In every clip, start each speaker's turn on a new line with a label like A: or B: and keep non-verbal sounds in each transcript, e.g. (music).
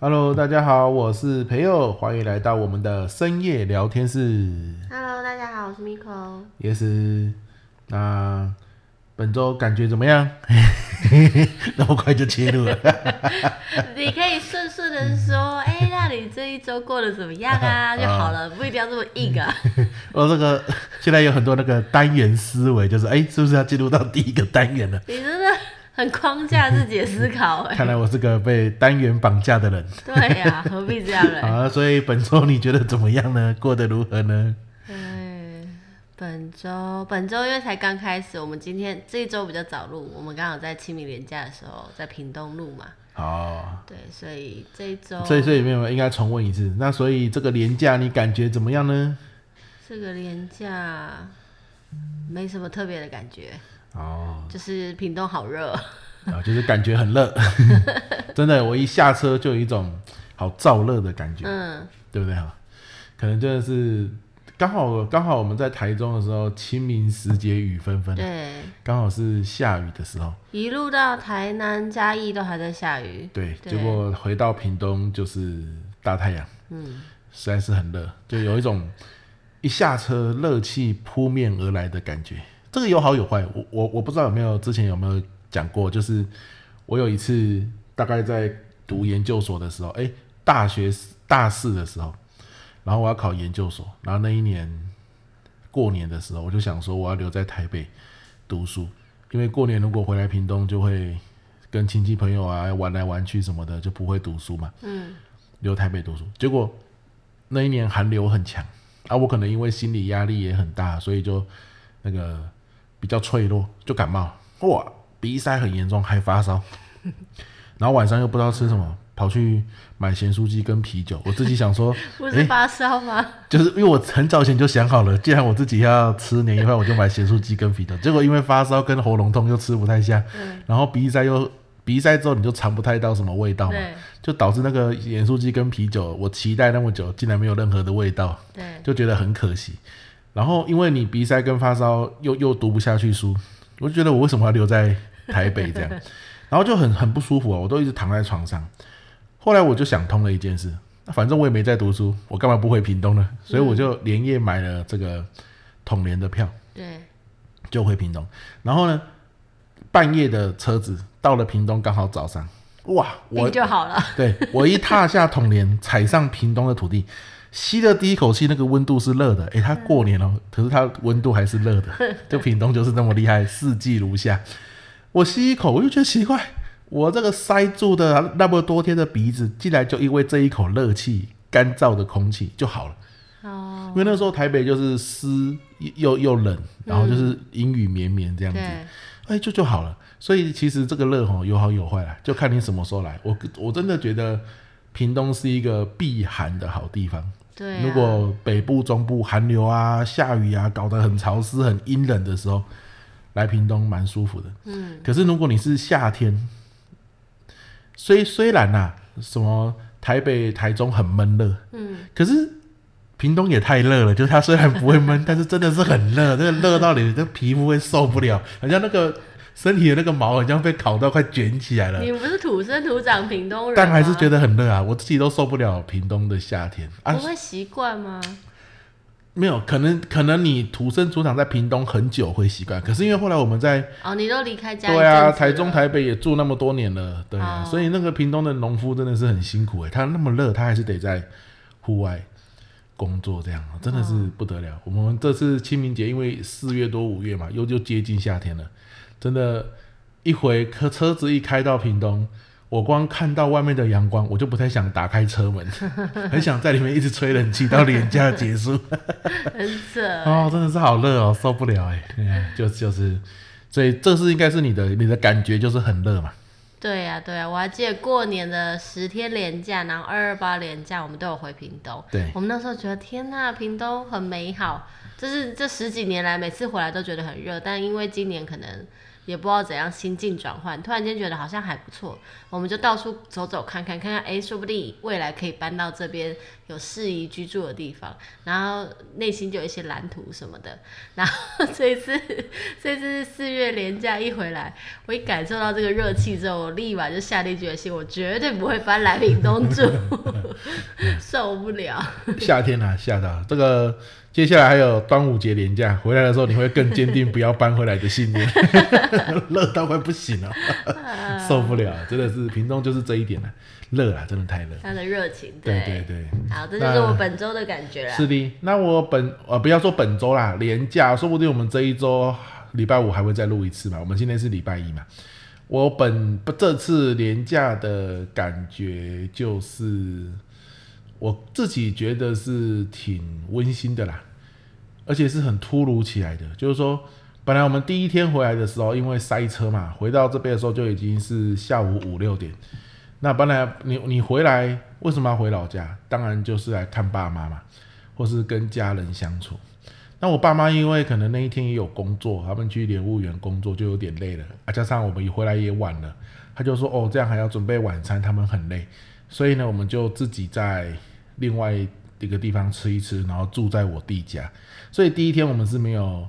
A: Hello，大家好，我是培佑，欢迎来到我们的深夜聊天室，
B: Hello，大家好，我是 Miko。
A: 也是。那本周感觉怎么样？ (laughs) 那么快就切入了，
B: (laughs)
A: (laughs)
B: 你可以顺顺的说，哎、那你这一周过得怎么样
A: (laughs)
B: 啊？就好了，不一定要这么硬啊。
A: 我哦这个现在有很多那个单元思维，就是哎、是不是要进入到第一个单元了？
B: 你真的很框架自己的思考、
A: (laughs)
B: 哎，
A: 看来我是个被单元绑架的人。
B: 对呀、何必这样嘞？
A: 好、啊，所以本周你觉得怎么样呢？过得如何呢？
B: 对，本周本周因为才刚开始，我们今天这一周比较早录，我们刚好在清明连假的时候在屏东录嘛，
A: 哦，
B: 对，所以这一周
A: 所以所以没有应该重问一次。那所以这个廉价你感觉怎么样呢？
B: 这个连假没什么特别的感觉，
A: 哦，
B: 就是屏东好热，
A: 啊，就是感觉很热， (laughs) 真的，我一下车就有一种好燥热的感觉，
B: 嗯，
A: 对不对哈？可能真的是刚好刚好我们在台中的时候，清明时节雨纷纷，
B: 对。
A: 刚好是下雨的时候，
B: 一路到台南嘉义都还在下雨，
A: 对，
B: 对
A: 结果回到屏东就是大太阳，
B: 嗯，
A: 实在是很热，就有一种一下车热气扑面而来的感觉。这个有好有坏，我我我不知道有没有之前有没有讲过，就是我有一次大概在读研究所的时候，哎、大学大四的时候，然后我要考研究所，然后那一年过年的时候，我就想说我要留在台北读书，因为过年如果回来屏东就会跟亲戚朋友啊玩来玩去什么的，就不会读书嘛。
B: 嗯，，
A: 留台北读书，结果那一年寒流很强啊，我可能因为心理压力也很大，所以就那个比较脆弱，就感冒，哇，鼻塞很严重，还发烧，然后晚上又不知道吃什么，跑去买咸酥鸡跟啤酒，我自己想说
B: 不是发烧吗？
A: 就是因为我很早前就想好了，既然我自己要吃年夜饭，我就买咸酥鸡跟啤酒。结果因为发烧跟喉咙痛又吃不太下，然后鼻塞又鼻塞之后你就尝不太到什么味道嘛，
B: 对
A: 就导致那个盐酥鸡跟啤酒，我期待那么久，竟然没有任何的味道，
B: 对，
A: 就觉得很可惜。然后因为你鼻塞跟发烧又又读不下去书，我就觉得我为什么要留在台北这样， (laughs) 然后就很很不舒服啊，我都一直躺在床上。后来我就想通了一件事，那反正我也没在读书，我干嘛不回屏东呢？所以我就连夜买了这个统联的票，
B: 对，
A: 就回屏东。然后呢，半夜的车子到了屏东，刚好早上，哇，我
B: 病就
A: (laughs)
B: 好了。
A: 对我一踏下统联，踩上屏东的土地，吸的第一口气，那个温度是热的。诶，
B: 嗯
A: 它过年了、哦可是它温度还是热
B: (laughs)
A: 的。就屏东就是这么厉害，四季如夏。我吸一口，我就觉得奇怪，我这个塞住的那么多天的鼻子，竟然就因为这一口热气、干燥的空气就好了。
B: 哦，
A: 因为那时候台北就是湿又又冷，然后就是阴雨绵绵这样子。
B: 对，
A: 哎，就就好了。所以其实这个热吼有好有坏啦，就看你什么时候来。我我真的觉得屏东是一个避寒的好地方。
B: 对、啊。
A: 如果北部、中部寒流啊、下雨啊，搞得很潮湿、很阴冷的时候，来屏东蛮舒服的。
B: 嗯，
A: 可是如果你是夏天，虽虽然呐、什么台北、台中很闷热，
B: 嗯，
A: 可是屏东也太热了，就是它虽然不会闷， (laughs) 但是真的是很热，那个热到你的皮肤会受不了，好像那个身体的那个毛好像被烤到快卷起来了。
B: 你们不是土生土长屏东人吗，
A: 但还是觉得很热啊，我自己都受不了屏东的夏天啊
B: 不。会习惯吗？
A: 没有，可能可能你土生土长在屏东很久会习惯，可是因为后来我们在
B: 哦，你都离开家一阵子
A: 对
B: 了
A: 啊台中台北也住那么多年了，对啊，
B: 哦
A: 所以那个屏东的农夫真的是很辛苦哎、他那么热，他还是得在户外工作，这样哦
B: 哦
A: 真的是不得了。我们这次清明节因为四月多五月嘛，又就接近夏天了，真的，一回可车子一开到屏东。我光看到外面的阳光，我就不太想打开车门， (laughs) 很想在里面一直吹冷气到连假结束。
B: 很扯。
A: 哦，真的是好热哦，受不了哎、对啊就就是，所以这是应该是你的你的感觉就是很热嘛，
B: 对呀、对呀、啊我还记得过年的十天连假，然后二二八连假，我们都有回屏东。
A: 对
B: 我们那时候觉得天呐，屏东很美好，就是这十几年来每次回来都觉得很热，但因为今年可能也不知道怎样心境转换，突然间觉得好像还不错，我们就到处走走看看，看看，哎，说不定未来可以搬到这边有适宜居住的地方，然后内心就有一些蓝图什么的。然后这一次， (laughs) 这次是四月连假一回来，我一感受到这个热气之后，我立马就下定决心，我绝对不会搬来屏东
A: (laughs)
B: 住，受不了。
A: 夏天啊，吓到这个。接下来还有端午节连假，回来的时候你会更坚定不要搬回来的信念， (laughs) 热到快不行了，受不了，真的是屏东就是这一点了，热啊，真的太热。
B: 他的热情，
A: 对对对，
B: 好，这就是我本周的感觉啦。
A: 是的。那我本呃不要说本周啦，连假，说不定我们这一周礼拜五还会再录一次嘛。我们今天是礼拜一嘛。我本不这次连假的感觉就是，我自己觉得是挺温馨的啦，而且是很突如其来的。就是说，本来我们第一天回来的时候，因为塞车嘛，回到这边的时候就已经是下午五六点。那本来你你回来为什么要回老家？当然就是来看爸妈嘛，或是跟家人相处。那我爸妈因为可能那一天也有工作，他们去莲雾园工作就有点累了，啊，加上我们一回来也晚了，他就说哦，这样还要准备晚餐，他们很累，所以呢，我们就自己在另外一个地方吃一吃，然后住在我弟家，所以第一天我们是没有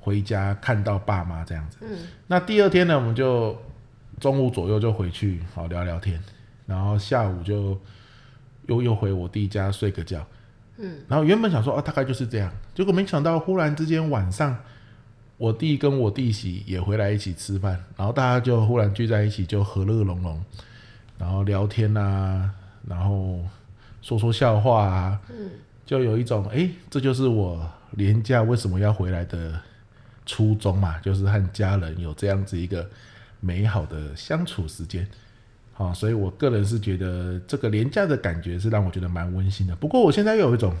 A: 回家看到爸妈这样子。
B: 嗯，
A: 那第二天呢，我们就中午左右就回去，好聊聊天，然后下午就又又回我弟家睡个觉。
B: 嗯，
A: 然后原本想说啊，大概就是这样，结果没想到忽然之间晚上，我弟跟我弟媳也回来一起吃饭，然后大家就忽然聚在一起，就和乐融融，然后聊天啊，然后说说笑话啊，
B: 嗯，
A: 就有一种诶，这就是我廉价为什么要回来的初衷嘛，就是和家人有这样子一个美好的相处时间。好、所以我个人是觉得这个廉价的感觉是让我觉得蛮温馨的。不过我现在又有一种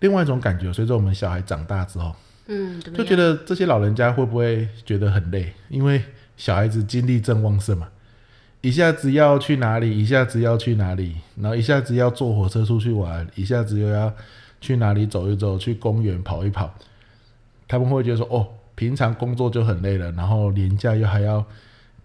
A: 另外一种感觉，随着我们小孩长大之后，
B: 嗯，怎么
A: 就觉
B: 样？
A: 得这些老人家会不会觉得很累？因为小孩子精力正旺盛嘛，一下子要去哪里，一下子要去哪里，然后一下子要坐火车出去玩，一下子又要去哪里走一走，去公园跑一跑。他们会觉得说，哦，平常工作就很累了，然后年假又还要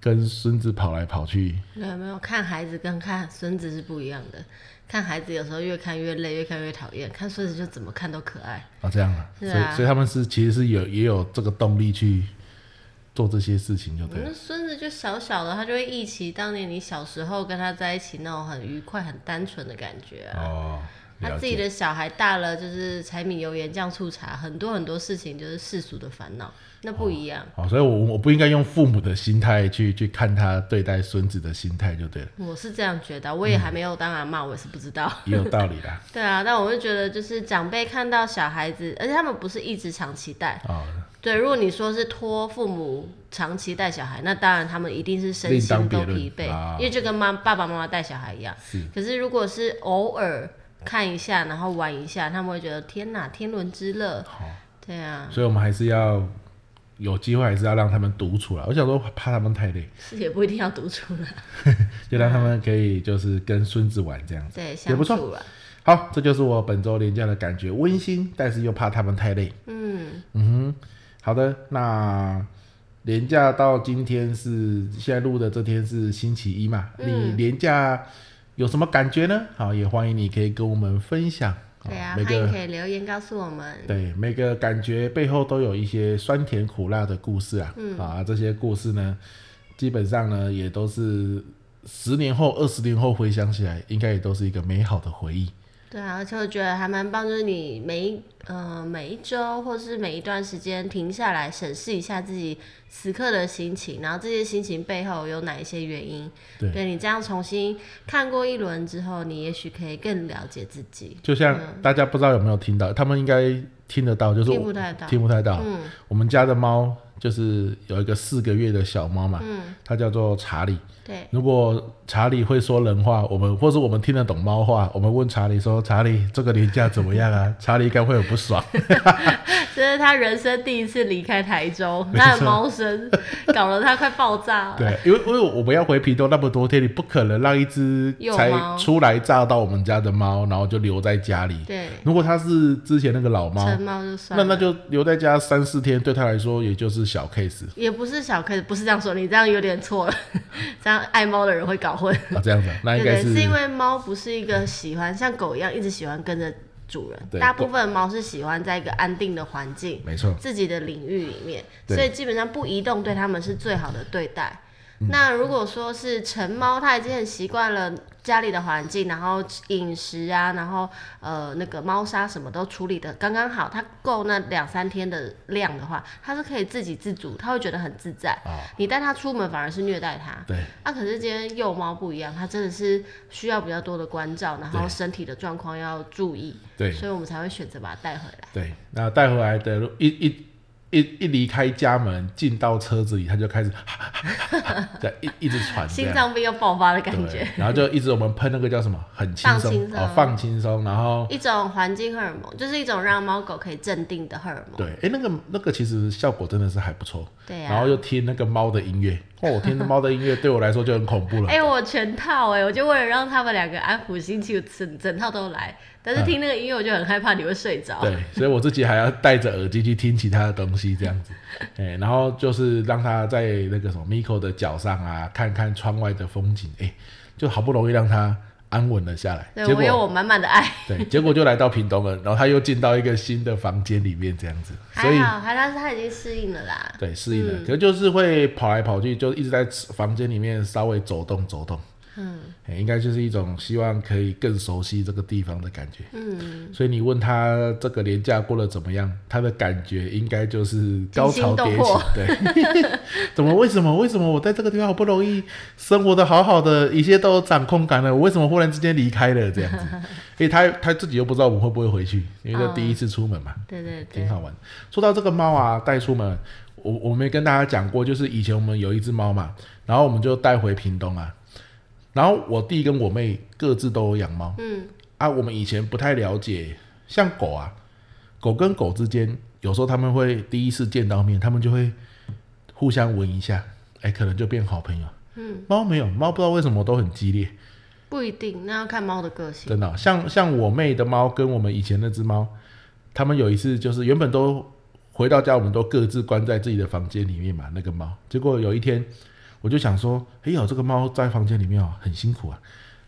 A: 跟孙子跑来跑去，
B: 没有没有，看孩子跟看孙子是不一样的。看孩子有时候越看越累，越看越讨厌；看孙子就怎么看都可爱。
A: 啊，这样啊，
B: 是
A: 所
B: 啊
A: 以所以他们是其实是有也有这个动力去做这些事情，就
B: 我
A: 对了。
B: 们孙子就小小的，他就会忆起当年你小时候跟他在一起那种很愉快、很单纯的感觉啊。
A: 哦，
B: 他
A: 了
B: 自己
A: 解。
B: 的小孩大了，就是柴米油盐酱醋茶，很多很多事情就是世俗的烦恼，那不一样。
A: 哦，所以我我不应该用父母的心态去去看他对待孙子的心态就对了，
B: 我是这样觉得，
A: 嗯
B: 我也还没有当阿妈，我也是不知道。 (laughs)
A: 也有道理啦。
B: 对啊，但我就觉得，就是长辈看到小孩子，而且他们不是一直长期带。
A: 哦，
B: 对，如果你说是托父母长期带小孩，那当然他们一定是身心
A: 另当别
B: 都
A: 论
B: 疲惫，
A: 啊
B: 因为就跟妈爸爸妈妈带小孩一样。
A: 是
B: 可是如果是偶尔看一下，然后玩一下，他们会觉得天哪，天伦之乐。
A: 好、
B: 对啊，
A: 哦所以我们还是要有机会，还是要让他们独处啦。我想说，怕他们太累，
B: 是也不一定要独处了，
A: 就让他们可以就是跟孙子玩这样子。
B: 对，
A: 也
B: 相
A: 不错
B: 处了。
A: 好，这就是我本周廉价的感觉，温馨，但是又怕他们太累。
B: 嗯，
A: 嗯哼，好的，那连假到今天是现在录的这天是星期一嘛？
B: 嗯
A: 你连假有什么感觉呢？好，也欢迎你可以跟我们分享。好
B: 对啊，
A: 哦每
B: 欢迎
A: 个
B: 可以留言告诉我们。
A: 对每个感觉背后都有一些酸甜苦辣的故事啊。嗯、啊，这些故事呢，基本上呢也都是十年后、二十年后回想起来，应该也都是一个美好的回忆。
B: 对啊，而且我觉得还蛮帮助你每一呃每一周或是每一段时间停下来审视一下自己此刻的心情，然后这些心情背后有哪一些原因？
A: 对
B: 你这样重新看过一轮之后，你也许可以更了解自己。
A: 就像大家不知道有没有听到，他们应该听得到，就是我
B: 嗯听不太到
A: 听不太到。
B: 嗯
A: 我们家的猫就是有一个四个月的小猫嘛，
B: 嗯，
A: 它叫做查理。
B: 对，
A: 如果查理会说人话，我们或是我们听得懂猫话，我们问查理说：“查理，这个年假怎么样
B: (laughs)
A: 啊？”查理应该会很不爽。
B: 这是他人生第一次离开
A: (laughs)
B: 台中，
A: 没错
B: 他的猫声搞得他快爆炸了。
A: 对，因为因为我们要回屏东那么多天，你不可能让一只
B: 幼
A: 才
B: 猫
A: 初来乍到我们家的猫，然后就留在家里。
B: 对，
A: 如果它是之前那个老猫，
B: 成猫就算
A: 那那
B: 了。
A: 就留在家三四天，对他来说也就是是小 case
B: 也不是小 case，不是这样说，你这样有点错了，
A: (laughs)
B: 这样爱猫的人会搞混。
A: 啊，这
B: (laughs)
A: 样子啊、那
B: 对
A: 应该
B: 对，
A: 是
B: 是因为猫不是一个喜欢像狗一样一直喜欢跟着主人，
A: 对
B: 大部分的猫是喜欢在一个安定的环境、
A: 没错，
B: 自己的领域里面，
A: 对
B: 所以基本上不移动对它们是最好的对待。那如果说是成猫，它已经很习惯了家里的环境，然后饮食啊，然后呃那个猫砂什么都处理的刚刚好，它够那两三天的量的话，它是可以自给自足，它会觉得很自在。
A: 哦
B: 你带它出门反而是虐待它。
A: 对
B: 那、可是今天幼猫不一样，它真的是需要比较多的关照，然后
A: 对
B: 身体的状况要注意，
A: 对
B: 所以我们才会选择把它带回来。
A: 对。那带回来的路一一一一离开家门，进到车子里，它就开始 (laughs) 在一一直喘，这
B: 心
A: 样
B: 脏病又爆发的感
A: 对啊
B: 觉，，
A: 然后就一直我们喷那个叫什么，很轻
B: 放
A: 松
B: 轻松
A: 哦，放轻松，然后
B: 一种环境荷尔蒙，就是一种让猫狗可以镇定的荷尔蒙。
A: 对，哎、那个那个其实效果真的是还不错。
B: 对啊
A: 然后
B: 呀、
A: 又听那个猫的音乐，哦，我听猫的音乐对我来说就很恐怖了。
B: (laughs) 哎、我全套哎、我就为了让他们两个安抚心情，整整套都来。但是听那个音乐，我就很害怕你会睡着。
A: 嗯对，所以我自己还要戴着耳机去听其他的东西，这样
B: (laughs)
A: 子，哎、然后就是让它在那个什么 Miko 的脚上啊，看看窗外的风景，哎、就好不容易让它安稳了下来。
B: 对，
A: 结
B: 我有
A: 果
B: 我满满的爱。
A: 对，结果就来到屏东了，然后它又进到一个新的房间里面，这样子，所
B: 还
A: 以
B: 好，还但是它已经适应了啦。
A: 对适应了，
B: 嗯
A: 可是就是会跑来跑去，就一直在房间里面稍微走动走动。
B: 嗯
A: 哎应该就是一种希望可以更熟悉这个地方的感觉。
B: 嗯，
A: 所以你问他这个年假过得怎么样，他的感觉应该就是高潮迭
B: 惊心动魄
A: 起。对， (laughs) 怎么为什么为什么我在这个地方好不容易生活的好好的，一切都有掌控感了，我为什么忽然之间离开了这样
B: (laughs)
A: 子？因为他他自己又不知道我们会不会回去，因
B: 嗯
A: 为这第一次出门嘛。
B: 对对
A: 挺
B: 对，
A: 好玩。说到这个猫啊，带出门，我我没跟大家讲过，就是以前我们有一只猫嘛，然后我们就带回屏东啊。然后我弟跟我妹各自都有养猫
B: 嗯，
A: 啊，我们以前不太了解，像狗啊，狗跟狗之间，有时候他们会第一次见到面，他们就会互相闻一下，哎，可能就变好朋友。嗯，猫没有，猫不知道为什么都很激烈。
B: 不一定，那要看猫的个性。
A: 真的哦、像像我妹的猫跟我们以前那只猫，他们有一次就是原本都回到家，我们都各自关在自己的房间里面嘛。那个猫，结果有一天我就想说，哎呦，这个猫在房间里面哦，很辛苦啊，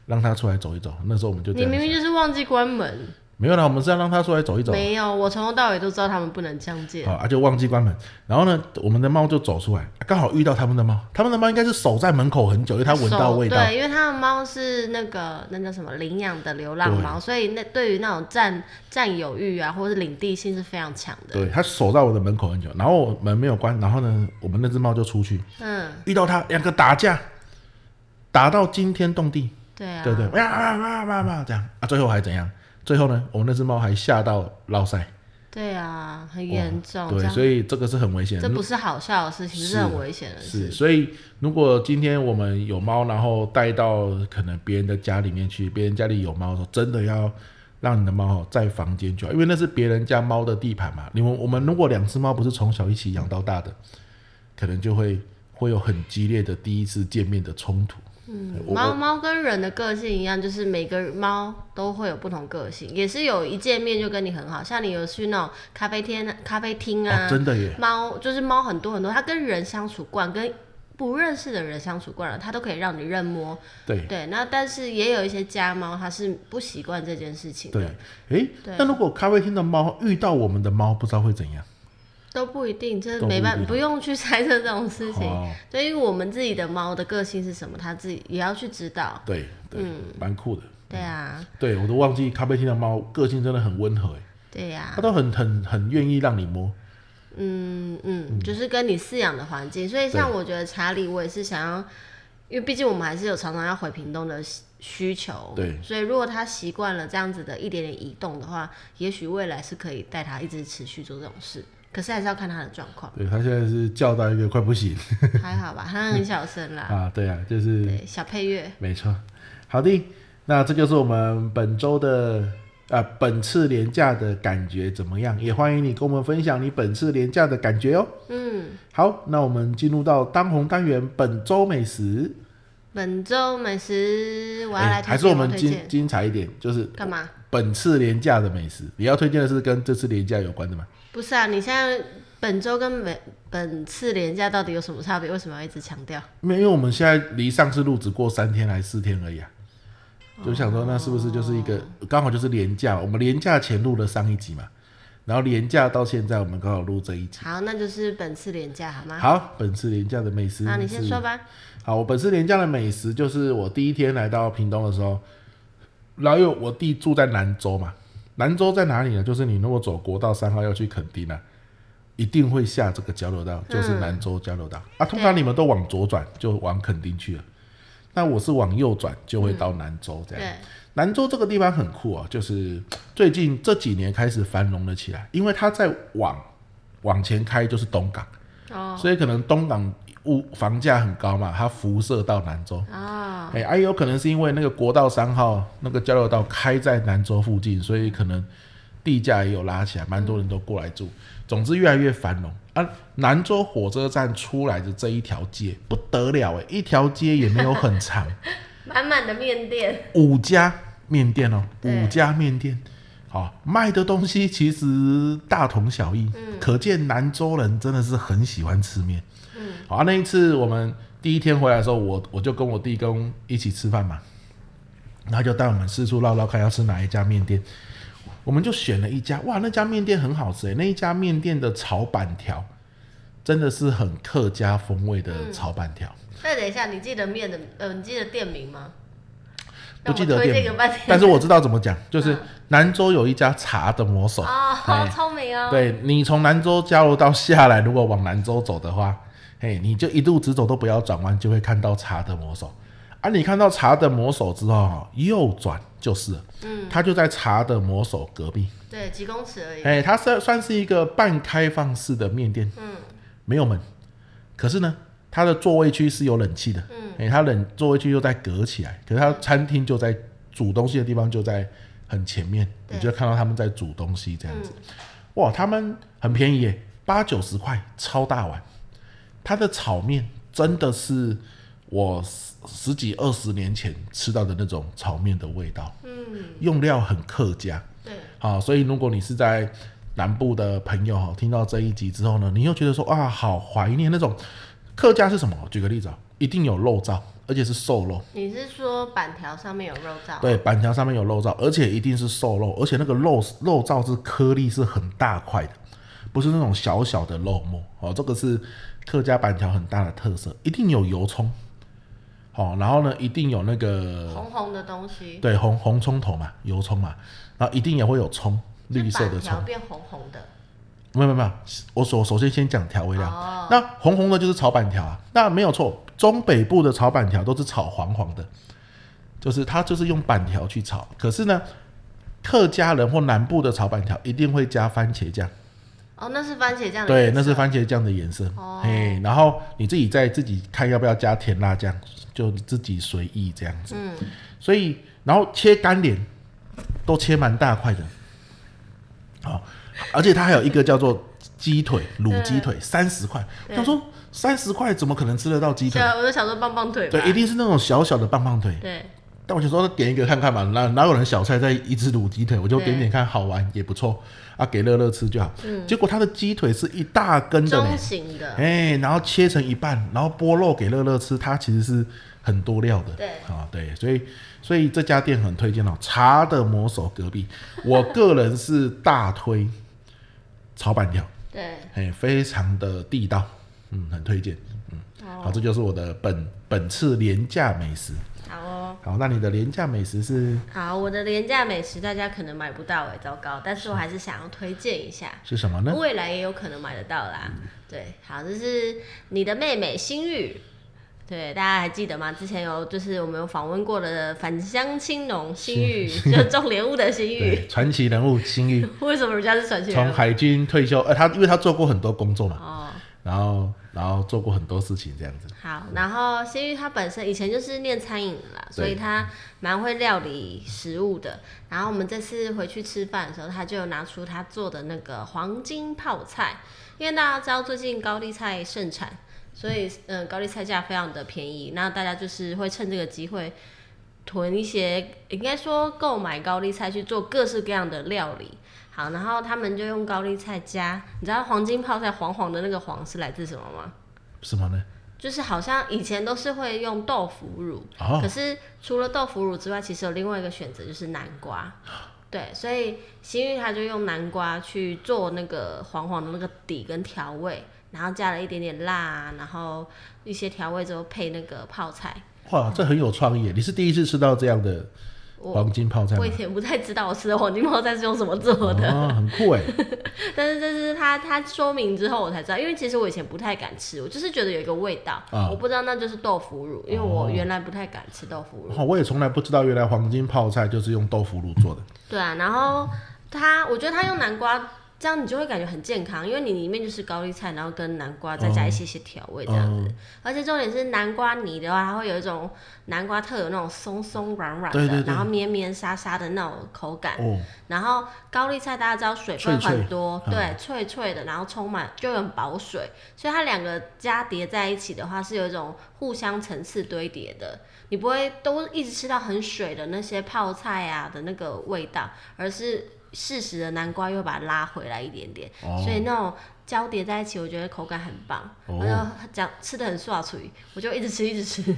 A: 让它出来走一走。那时候我们就这
B: 你
A: 样
B: 明明
A: 想，
B: 就是忘记关门，
A: 没有啦，我们是要让它出来走一走，
B: 没有，我从头到尾都知道他们不能相见
A: 好，。啊就忘记关门。然后呢，我们的猫就走出来，啊刚好遇到他们的猫，他们的猫应该是守在门口很久，因为它闻到
B: 手
A: 味道。
B: 对，因为它的猫是那个那叫什么领养的流浪猫，所以那对于那种占占有欲啊，或者是领地性是非常强的。
A: 对，它守在我的门口很久，然后我门没有关，然后呢，我们那只猫就出去，
B: 嗯，
A: 遇到他两个打架，打到惊天动地，
B: 对啊，
A: 对不对？哇哇哇哇哇这样啊，最后还怎样？最后呢，我们那只猫还吓到落塞，
B: 对啊，很严重，这
A: 对，
B: 样
A: 所以这个是很危险
B: 这
A: 的。
B: 不是好笑的事情，
A: 是
B: 是很危险的
A: 是，
B: 事。
A: 所以如果今天我们有猫，然后带到可能别人的家里面去，别人家里有猫的时候，真的要让你的猫哦在房间就好，因为那是别人家猫的地盘嘛。你们我们如果两只猫不是从小一起养到大的，可能就会会有很激烈的第一次见面的冲突。嗯我
B: 猫猫跟人的个性一样，就是每个猫都会有不同个性，也是有一见面就跟你很好，像你有去那种咖啡厅、咖啡厅啊，
A: 哦，真的耶，
B: 猫就是猫很多很多，它跟人相处惯，跟不认识的人相处惯了，它都可以让你认摸。
A: 对
B: 对，那但是也有一些家猫，它是不习惯这件事情
A: 对
B: 的，，
A: 诶，
B: 对
A: 那如果咖啡厅的猫遇到我们的猫，不知道会怎样？
B: 都不一定，这
A: 都不
B: 没办
A: 一定
B: 法，不用去猜测这种事情。
A: 哦，
B: 对，因为我们自己的猫的个性是什么，它自己也要去知道。
A: 对对，
B: 嗯
A: 蛮酷的。
B: 对啊，
A: 对我都忘记咖啡厅的猫个性真的很温和，诶，
B: 对呀、
A: 它都很很很愿意让你摸。
B: 嗯嗯，就是跟你饲养的环境，所以像我觉得查理，我也是想要，因为毕竟我们还是有常常要回屏东的需需求，
A: 对，，
B: 所以如果他习惯了这样子的一点点移动的话，也许未来是可以带他一直持续做这种事，可是还是要看他的状况
A: 对，它现在是叫到一个快不行
B: (laughs) 还好吧，他很小声啦，
A: 啊！对啊，就是
B: 对，小配乐，
A: 没错。好的，那这就是我们本周的啊、本次廉价的感觉怎么样？也欢迎你跟我们分享你本次廉价的感觉哦。
B: 嗯，
A: 好，那我们进入到当红单元本周美食。
B: 本周美食我要
A: 哎
B: 来推荐，
A: 还是我们
B: 推
A: 精
B: 荐
A: 精彩一点，就是
B: 干嘛？
A: 本次廉价的美食，你要推荐的是跟这次廉价有关的吗？
B: 不是啊，你现在本周跟每本次廉价到底有什么差别？为什么要一直强调？
A: 没有，因为我们现在离上次录只过三天还是四天而已啊，就想说那是不是就是一个
B: 哦
A: 刚好就是廉价，我们廉价前录了上一集嘛，然后廉价到现在我们刚好录这一集。
B: 好，那就是本次廉价好吗？
A: 好，本次廉价的美食，
B: 啊那你先说。吧。
A: 好，我本次廉价的美食就是我第一天来到屏东的时候，然后因为我弟住在南州嘛，南州在哪里呢？就是你如果走国道三号要去垦丁啊，一定会下这个交流道，就是南州交流道、啊。通常你们都往左转，就往垦丁去了。那我是往右转，就会到南州这样。
B: 对，
A: 兰州这个地方很酷啊，就是最近这几年开始繁荣了起来，因为它在往往前开就是东港，
B: 哦
A: 所以可能东港物房价很高嘛，它辐射到兰州。
B: 哦，
A: 哎、啊也有可能是因为那个国道三号那个交流道开在兰州附近，所以可能地价也有拉起来，蛮多人都过来住。总之越来越繁荣啊！兰州火车站出来的这一条街不得了哎、一条街也没有很长，
B: 满满的面店，
A: 五家面店哦，
B: 对
A: 五家面店，好、卖的东西其实大同小异，可见兰州人真的是很喜欢吃面。嗯，好、啊，那一次我们第一天回来的时候，我我就跟我弟跟一起吃饭嘛，然后就带我们四处绕绕看要吃哪一家面店，我们就选了一家，哇，那家面店很好吃诶，那一家面店的炒板条真的是很客家风味的炒板条。
B: 那等一下，你记得面的呃，你记得店名吗？
A: 不
B: 那
A: 记
B: 我
A: 得
B: 推
A: 店
B: 这个
A: 名
B: 半天，嗯
A: 但是我知道怎么讲，就是南州有一家茶的魔手。
B: 哦，好
A: 哎
B: 聪明哦。
A: 对你从南州加油到下来，如果往南州走的话，嘿，你就一路直走都不要转弯，就会看到茶的魔手。啊，你看到茶的魔手之后哦，右转就是了，嗯，它就在茶的魔手隔壁。
B: 对，几公尺而已。
A: 哎，它是算是一个半开放式的面店，嗯，没有门，可是呢，它的座位区是有冷气的，嗯，哎，它冷座位区又在隔起来，可是它餐厅就在煮东西的地方就在很前面，
B: 对
A: 你就看到他们在煮东西这样子，哇，他们很便宜耶，八九十块，超大碗，它的炒面真的是我十十几二十年前吃到的那种炒面的味道，嗯，用料很客家，
B: 对，
A: 好，所以如果你是在南部的朋友哈，听到这一集之后呢，你又觉得说啊，好怀念那种客家是什么？举个例子啊、一定有肉燥，而且是瘦肉。
B: 你是说板条上面有肉燥？
A: 对，板桥上面有肉燥，而且一定是瘦肉，而且那个肉肉燥是颗粒是很大块的，不是那种小小的肉末哦。这个是客家板桥很大的特色，一定有油葱，好、然后呢，一定有那个
B: 红红的东西，
A: 对红红葱头嘛，油葱嘛，然后一定也会有葱，绿色的
B: 是板
A: 葱
B: 条。变红红的。
A: 没有没有没有，我首首先先讲调味料。
B: 哦
A: 那红红的就是炒板条啊，那没有错，中北部的炒板条都是炒黄黄的，就是它就是用板条去炒。可是呢，客家人或南部的炒板条一定会加番茄酱，
B: 哦，那是番茄酱的
A: 对，
B: 颜色
A: 那是番茄酱的颜色。
B: 哦
A: 嘿，然后你自己再自己看要不要加甜辣酱，就自己随意这样子。
B: 嗯，
A: 所以然后切干莲都切蛮大块的，好、而且它还有一个叫做鸡腿卤鸡腿，三十块。我
B: 对
A: 想说三十块怎么可能吃得到鸡腿
B: 对？啊，我就想说棒棒腿吧。
A: 对，一定是那种小小的棒棒腿。
B: 对
A: 但我想说点一个看看嘛，哪哪有人小菜再一只卤鸡腿，我就
B: 对嗯
A: 点点看，好玩也不错啊，给乐乐吃就好。结果它的鸡腿是一大根的嘞
B: 中，型的，
A: 哎、然后切成一半，然后剥肉给乐乐吃，它其实是很多料的。
B: 对
A: 啊，对，所以所以这家店很推荐哦，茶的魔手隔壁，我个人是大推炒板条，
B: 对，
A: 哎、非常的地道，嗯，很推荐。好，
B: 哦，
A: 这就是我的本本次廉价美食。
B: 好哦。
A: 好，那你的廉价美食是
B: 好，我的廉价美食大家可能买不到哎、糟糕！但是我还是想要推荐一下，
A: 是什么呢？
B: 未来也有可能买得到啦。对，好，这是你的妹妹心玉，对，大家还记得吗？之前有就是我们有访问过的返乡青农心玉，就是种莲雾的心
A: (laughs)
B: 玉。
A: 对，传奇人物新
B: (laughs)
A: 玉，
B: 为什么人家是传奇人
A: 从
B: 物？
A: 海军退休，呃，他因为他做过很多工作嘛，
B: 哦，
A: 然后然后做过很多事情这样子。
B: 好，然后新玉他本身以前就是念餐饮的啦，所以
A: 对
B: 他蛮会料理食物的。然后我们这次回去吃饭的时候，他就拿出他做的那个黄金泡菜，因为大家知道最近高丽菜盛产，所以嗯、呃高丽菜价非常的便宜，那大家就是会趁这个机会。囤一些，应该说购买高丽菜去做各式各样的料理。好，然后他们就用高丽菜加，你知道黄金泡菜黄黄的那个黄是来自什么吗？
A: 什么呢？
B: 就是好像以前都是会用豆腐乳，
A: 哦
B: 可是除了豆腐乳之外，其实有另外一个选择就是南
A: (gasps)
B: 瓜。对，所以新玉他就用南瓜去做那个黄黄的那个底跟调味，然后加了一点点辣啊，然后一些调味之后配那个泡菜。
A: 哇，这很有创意！你是第一次吃到这样的
B: 我
A: 黄金泡菜吗
B: 我以？前不太知道我吃的黄金泡菜是用什么做的，
A: 啊哦，很酷哎！
B: (laughs) 但是这是他他说明之后我才知道，因为其实我以前不太敢吃，我就是觉得有一个味道，
A: 啊
B: 我不知道那就是豆腐乳，因为我原来不太敢吃豆腐
A: (laughs)
B: 乳。
A: 哇，我也从来不知道，原来黄金泡菜就是用豆腐乳做的。
B: 对啊，然后它，我觉得它用南瓜，这样你就会感觉很健康，因为你里面就是高丽菜，然后跟南瓜再
A: 哦
B: 加一些些调味这样子。而且重点是南瓜泥的话，它会有一种南瓜特有那种松松软软的，
A: 对对对
B: 然后绵绵沙沙的那种口感。
A: 哦，
B: 然后高丽菜大家知道水分
A: 脆脆
B: 很多，
A: 嗯
B: 对，脆脆的，然后充满就很保水，所以它两个加叠在一起的话，是有一种互相层次堆叠的，你不会都一直吃到很水的那些泡菜啊的那个味道，而是适时的南瓜又把它拉回来一点点，
A: 哦
B: 所以那种。交叠在一起，我觉得口感很棒，
A: 哦
B: 我就讲吃的很爽脆，我就一直吃一直吃。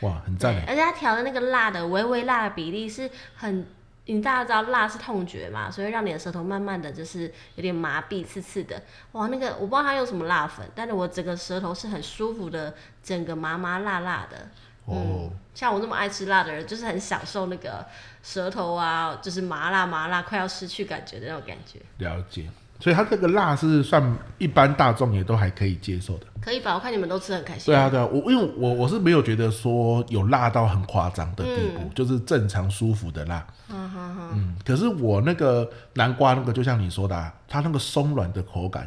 A: 哇，很赞
B: 对
A: 哎！，
B: 而且它调的那个辣的微微辣的比例是很，你大家知道辣是痛觉嘛，所以让你的舌头慢慢的就是有点麻痹、刺刺的。哇，那个我不知道它用什么辣粉，但是我整个舌头是很舒服的，整个麻麻辣辣的。
A: 哦，
B: 像我这么爱吃辣的人，就是很享受那个舌头啊，就是麻辣麻辣快要失去感觉的那种感觉，
A: 了解。所以它这个辣是算一般大众也都还可以接受的。
B: 可以吧？我看你们都吃得很开心。
A: 对啊，对啊，我因为我我是没有觉得说有辣到很夸张的地步，就是正常舒服的辣。
B: 嗯哼哼，
A: 嗯，可是我那个南瓜那个，就像你说的、啊，它那个松软的口感，